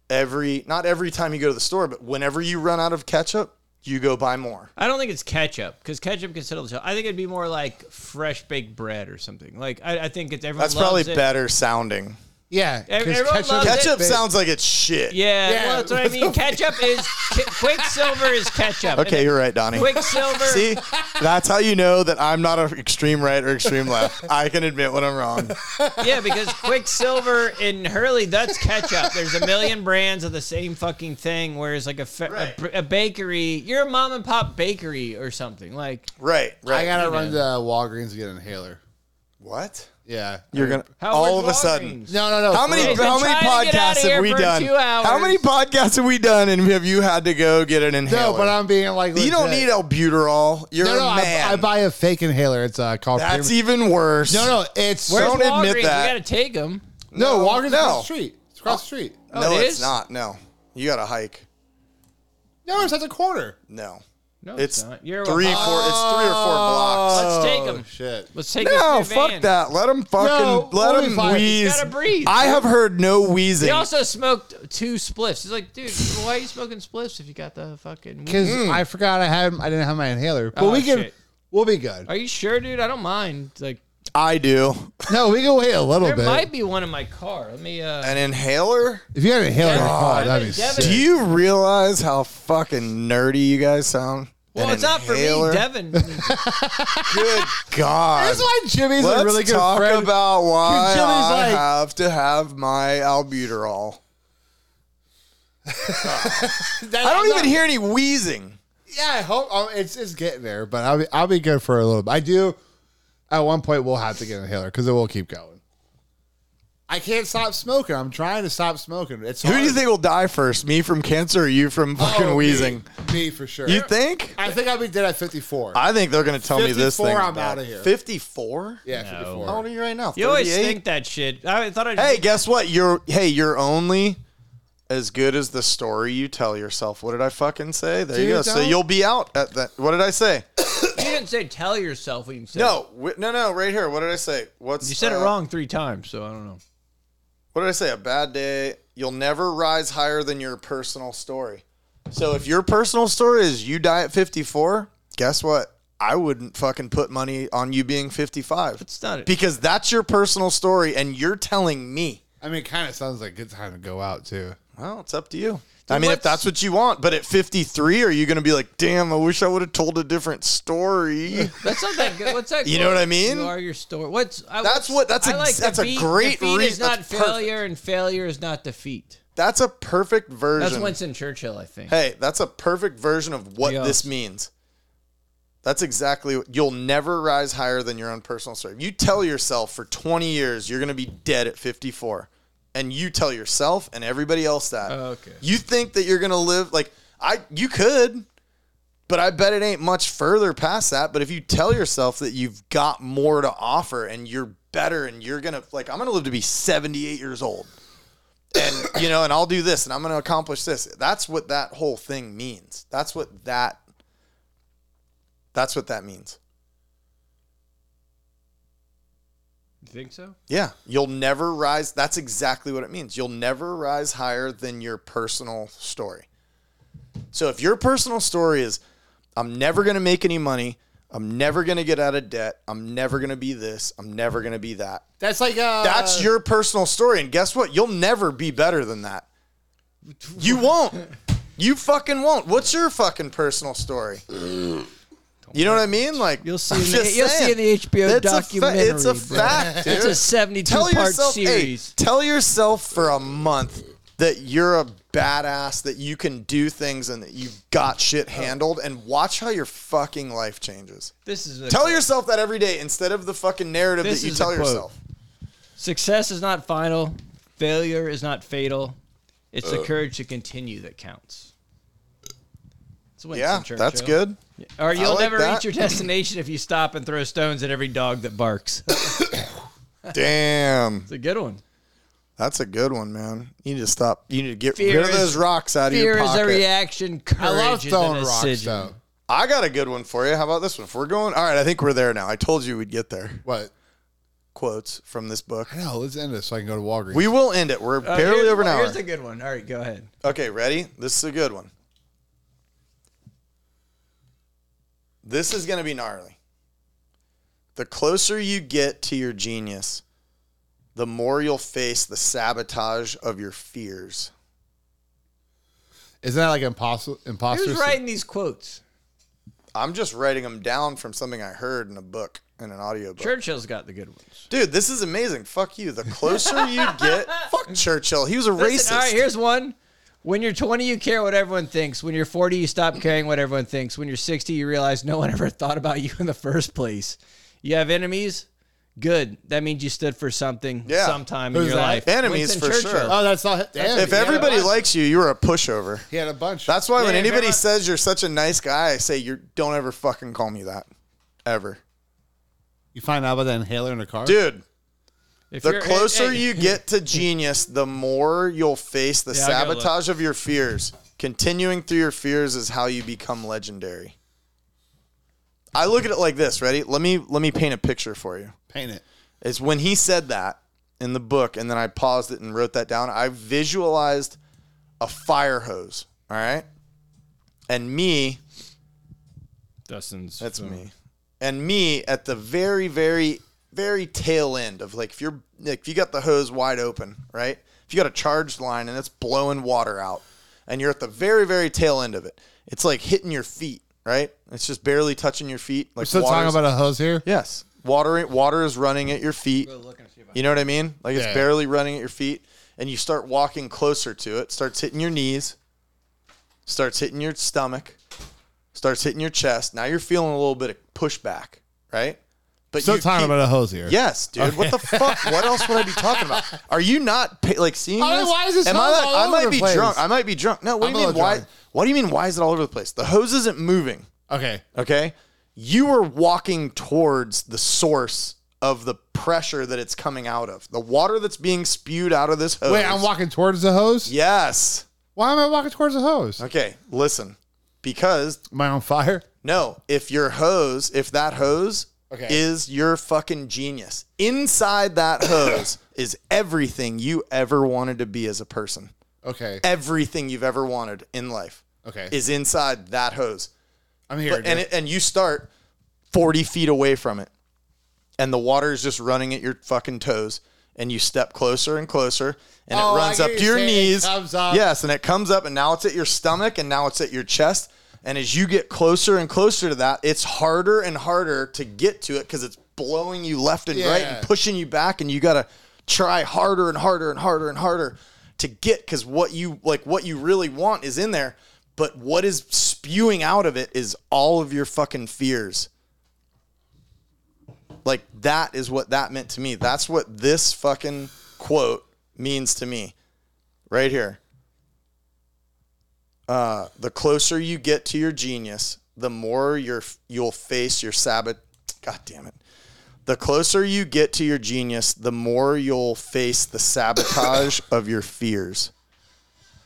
G: every not every time you go to the store, but whenever you run out of ketchup, you go buy more.
H: I don't think it's ketchup because ketchup can settle the show. I think it'd be more like fresh baked bread or something. Like I, I think it's everyone.
G: That's
H: loves
G: probably
H: it.
G: better sounding.
I: Yeah, 'cause
H: Everyone loves it.
G: Ketchup
I: They-
G: sounds like it's shit.
H: Yeah,
I: Yeah,
H: well, that's what I mean. Ketchup is ki- Quicksilver is ketchup.
G: Okay, you're right, Donnie.
H: Quicksilver.
G: See, that's how you know that I'm not an extreme right or extreme left. I can admit when I'm wrong.
H: Yeah, because Quicksilver and Hurley, that's ketchup. There's a million brands of the same fucking thing. Whereas like a fe- a, br- a bakery, you're a mom and pop bakery or something. Like
G: Right, right.
I: I gotta run to Walgreens to get an inhaler.
G: what?
I: Yeah,
G: You're gonna
H: how
G: all of
H: where's
G: a sudden.
H: Walgreens?
I: no, no, no.
G: How
I: for
G: many
I: real.
H: been
G: how many
H: trying to get out of
G: podcasts
H: here
G: have we
H: for
G: done?
H: two hours.
G: How many podcasts have we done and have you had to go get an inhaler?
I: No, but I'm being like
G: you don't
I: legit.
G: need albuterol. You're
I: No, no.
G: a
I: I,
G: man.
I: I buy a fake inhaler. It's uh, called.
G: That's
I: Cream-
G: even worse.
I: no, no. It's
G: Where's- Don't admit
H: Walgreens,
G: that.
H: You gotta take them.
I: no,
G: No,
I: Walgreens is
G: no.
I: across the street. It's across the street.
G: no,
H: it
G: it's
H: is?
G: not. No, you got to hike.
I: No, it's at the corner.
G: No,
H: No,
G: it's,
H: not. You're a-
G: three, four. It's three or four blocks.
H: Let's take them.
I: Shit.
H: Let's take this
G: No,
H: new
G: fuck
H: van.
G: that. Let him fucking
I: No,
G: let
I: only
G: him
I: five.
G: wheeze.
H: He's gotta breathe.
G: I have heard no wheezing.
H: He also smoked two spliffs. He's like, dude, why are you smoking spliffs if you got the fucking? weed?"
I: Because
G: Hmm.
I: I forgot I had. I didn't have my inhaler. But
H: Oh,
I: we can.
H: shit.
I: We'll be good.
H: Are you sure, dude? I don't mind. Like,
G: I do
I: No, we can wait a little
H: there
I: bit.
H: might be one in my car. Let me. uh
G: an inhaler.
I: If you had an inhaler, in the car,
H: God.
I: that'd be
H: Devin-
I: sick.
G: Do you realize how fucking nerdy you guys sound?
J: Well,
G: An
J: it's not for me,
G: inhaler?
J: Devin.
G: Good God.
I: That's why Jimmy's
G: Let's
I: a really good
G: talk
I: friend.
G: about why
I: Jimmy's
G: I
I: like-
G: have to have my albuterol. I don't even hear any wheezing.
I: Yeah, I hope oh, it's it's getting there, but I'll be I'll be good for a little bit. I do. At one point, we'll have to get an inhaler because it will keep going. I can't stop smoking. I'm trying to stop smoking. It's
G: Who do you
I: hard.
G: think will die first, me from cancer or you from
I: Oh,
G: fucking
I: me.
G: wheezing?
I: Me for sure.
G: You think?
I: I think I'll be dead at 54.
G: I think they're going to tell me this thing.
I: 54, I'm outta here.
G: 54?
I: yeah,
G: How old
I: 54.
G: are you right now?
H: You always
G: 38?
H: think that shit. I thought I just
G: Hey, guess what? You're hey, you're only as good as the story you tell yourself. What did I fucking say? There you
I: Dude,
G: go. So
I: don't-
G: you'll be out at that. What did I say?
H: you didn't say tell yourself what you said.
G: No, wi- no, no. Right here. What did I say? What's
H: you said
G: uh,
H: it wrong three times, so I don't know.
G: What did I say? A bad day. You'll never rise higher than your personal story. So if your personal story is you die at 54, guess what? I wouldn't fucking put money on you being 55
H: It's not.
G: because that's your personal story, and you're telling me.
I: I mean, it kind of sounds like a good time to go out, too.
G: Well, it's up to you. I mean, if
H: what's-
G: that's what you want, but at 53, are you going to be like, damn, I wish I would have told a different story?
J: That's not that good. What's that?
G: You know what I mean?
J: You are your story. What's I, what's-
G: That's what- that's
J: I
G: a-
J: like
G: that's a
J: defeat.
G: great
J: Defeat is
G: reason.
J: not
G: That's perfect.
J: failure, and failure is not defeat.
G: that's a perfect version.
J: That's Winston Churchill, I think.
G: hey, that's a perfect version of what
J: Yes.
G: this means. That's exactly what you'll never rise higher than your own personal story. If you tell yourself for 20 years you're going to be dead at 54, and you tell yourself and everybody else that.
J: Okay.
G: You think that you're going to live like I you could, but I bet it ain't much further past that. But if you tell yourself that you've got more to offer and you're better and you're going to like I'm going to live to be 78 years old and you know, and I'll do this and I'm going to accomplish this. That's what that whole thing means. That's what that That's what that means.
H: You think so?
G: Yeah, you'll never rise. That's exactly what it means. You'll never rise higher than your personal story. So if your personal story is, I'm never going to make any money, I'm never going to get out of debt, I'm never going to be this, I'm never going to be that.
I: That's like, uh,
G: That's your personal story. And guess what? You'll never be better than that. You won't. You fucking won't. What's your fucking personal story? You know what I mean? Like
J: You'll see
G: I'm
J: in the-
G: just
J: you'll see
G: saying.
J: in the HBO
G: It's a fa- it's a
J: documentary, bro.
G: fact.
J: It's
G: dude
J: a seventy-two
G: tell
J: part
G: yourself,
J: series.
G: Hey, tell yourself for a month that you're a badass, that you can do things, and that you've got
J: Uh,
G: shit handled, and watch how your fucking life changes.
J: This is a
G: Tell yourself that every day instead of the fucking narrative
J: This
G: that you
J: is
G: tell
J: a quote.
G: yourself.
J: Success is not final. Failure is not fatal. It's the courage to continue that counts. It's Winston
G: Yeah,
J: Churchill.
G: that's good.
J: Or you'll
G: like
J: never
G: that.
J: reach your destination if you stop and throw stones at every dog that barks. It's
G: Damn,
J: a good one.
G: that's a good one, man. You need to stop. You need to get
J: Fear
G: rid of
J: is-
G: those rocks out of
J: Fear
G: your
J: is
G: pocket.
J: a reaction. Courage
I: I love
J: is
I: throwing
J: a
I: rocks,
J: decision.
I: though.
G: I got a good one for you. How about this one? If we're going, all right. I think we're there now. I told you we'd get there.
I: What?
G: Quotes from this book.
I: No, let's end this so I can go to Walgreens.
G: We will end it. We're
J: Uh,
G: barely
J: here's-
G: over an hour.
J: Here's a good one. All right, go ahead.
G: Okay, ready? This is a good one. This is going to be gnarly. The closer you get to your genius, the more you'll face the sabotage of your fears.
I: Isn't that like impossible? Imposter.
J: Who's writing these quotes?
G: I'm just writing them down from something I heard in a book, in an audiobook.
J: Churchill's got the good ones.
G: Dude, this is amazing. Fuck you. The closer you get, fuck Churchill. He was a
J: Listen,
G: racist.
J: all right, here's one. When you're 20, you care what everyone thinks. When you're 40, you stop caring what everyone thinks. When you're 60, you realize no one ever thought about you in the first place. You have enemies. Good. That means you stood for something
G: Yeah.
J: sometime in
I: Who's
J: your
I: that?
J: life.
G: Enemies
J: Winston
G: for sure.
J: Churchill.
I: Oh, that's not. Damn,
G: if
I: he had a
G: everybody
I: bunch.
G: likes you, you're a pushover.
I: he had a bunch.
G: That's why when
H: Yeah,
G: anybody
H: remember-
G: says you're such a nice guy, I say you don't ever fucking call me that, ever,
I: you find out about the inhaler in the car,
G: dude.
J: If
G: The
J: you're-
G: closer
J: hey,
G: you get to genius, the more you'll face the
H: Yeah, I gotta look.
G: sabotage of your fears. Continuing through your fears is how you become legendary. I look at it like this. Ready? Let me let me paint a picture for you.
I: Paint it.
G: It's when he said that in the book, and then I paused it and wrote that down. I visualized a fire hose. All right, and me
H: Dustin's.
G: That's me. And me at the very, very, very tail end of like if you're like if you got the hose wide open, right? If you got a charged line and it's blowing water out, and you're at the very, very tail end of it, it's like hitting your feet, right? It's just barely touching your feet. Like
I: We're still talking
G: water's-
I: about a hose here.
G: Yes. Water water is running at your feet. You know what I mean? Like it's
I: Yeah.
G: barely running at your feet and you start walking closer to it, starts hitting your knees, starts hitting your stomach, starts hitting your chest. Now you're feeling a little bit of pushback, right? But
I: Still
G: you
I: talking
G: keep-
I: about a hose here.
G: Yes, dude. What the fuck? What else would I be talking about? Are you not pa- like seeing
I: Oh,
G: this?
I: why is this
G: Am I,
I: hose
G: like-
I: all
G: I
I: over
G: might
I: the
G: be
I: place?
G: drunk. I might be drunk. No, what
I: I'm
G: do
I: a
G: you mean?
I: little
G: Why?
I: drunk.
G: What do you mean? Why is it all over the place? The hose isn't moving.
I: Okay.
G: Okay. You are walking towards the source of the pressure that it's coming out of. The water that's being spewed out of this hose.
I: Wait, I'm walking towards the hose.
G: Yes.
I: Why am I walking towards the hose?
G: Okay. Listen, because
I: Am I on fire?
G: no, if your hose, if that hose
I: Okay.
G: is your fucking genius, inside that hose is everything you ever wanted to be as a person.
I: Okay.
G: Everything you've ever wanted in life
I: Okay.
G: is inside that hose.
I: I'm here.
G: But- and it, and you start 40 feet away from it and the water is just running at your fucking toes and you step closer and closer and
I: Oh,
G: it
I: I
G: runs
I: get
G: up
I: what
G: to your
I: you're saying. It
G: knees
I: comes up.
G: yes and it comes up and now it's at your stomach and now it's at your chest and as you get closer and closer to that it's harder and harder to get to it because it's blowing you left and right
I: Yeah.
G: and pushing you back and you gotta try harder and harder and harder and harder to get because what you like what you really want is in there but what is spewing out of it is all of your fucking fears like that is what that meant to me. That's what this fucking quote means to me. Right here. Uh, the closer you get to your genius, the more you're you'll face your sabot. God damn it. The closer you get to your genius, the more you'll face the sabotage of your fears.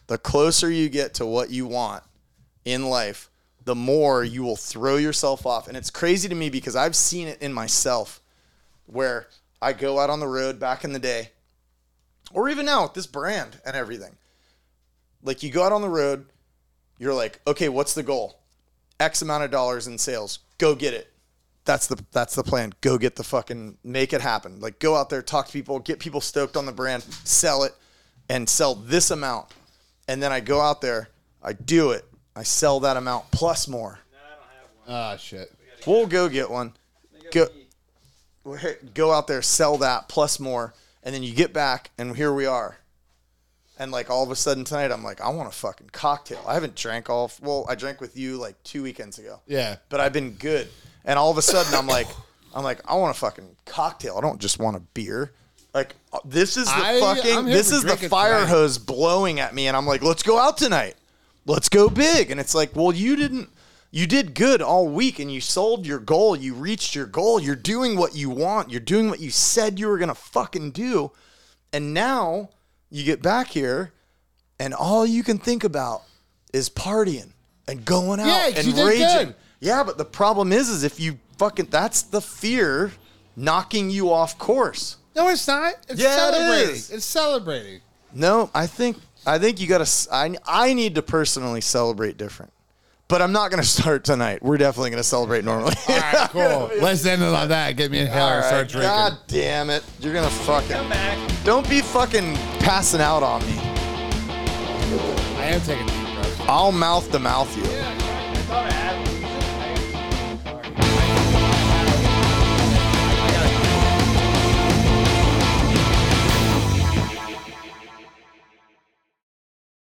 G: The closer you get to what you want, in life, the more you will throw yourself off. And it's crazy to me because I've seen it in myself where I go out on the road back in the day, or even now with this brand and everything. Like you go out on the road, you're like, okay, what's the goal? X amount of dollars in sales. Go get it. That's the that's the plan. Go get the fucking make it happen. Like go out there, talk to people, get people stoked on the brand, sell it, and sell this amount. And then I go out there, I do it, I sell that amount plus more.
I: Ah, shit.
G: We'll go get one. Go, go out there, sell that plus more, and then you get back, and here we are. And like all of a sudden tonight, I'm like, I want a fucking cocktail. I haven't drank all. Well, I drank with you like two weekends ago.
I: Yeah.
G: but I've been good. And all of a sudden, I'm like, I'm like, I want a fucking cocktail. I don't just want a beer. Like uh, this is the
I: I-
G: fucking
I: I'm here
G: this
I: for
G: is the
I: drinking
G: fire
I: tonight.
G: hose blowing at me, and I'm like, let's go out tonight. Let's go big. And it's like, well, you didn't. You did good all week, and you sold your goal. You reached your goal. You're doing what you want. You're doing what you said you were gonna fucking do. And now you get back here, and all you can think about is partying and going out
I: Yeah, 'cause
G: and
I: you did
G: raging.
I: good.
G: Yeah, but the problem is, is if you fucking that's the fear knocking you off course.
I: No, it's not. It's
G: Yeah, it
I: celebrating.
G: is.
I: It's celebrating.
G: No, I think I think you gotta. s- I I need to personally celebrate different, but I'm not gonna start tonight. We're definitely gonna celebrate normally.
I: All right, cool. Let's end it on that. Get me in hell
G: All
I: and start
G: right,
I: drinking.
G: God damn it! You're gonna fucking don't be fucking passing out on me.
I: I am taking deep breaths.
G: I'll mouth to mouth you.
H: I thought I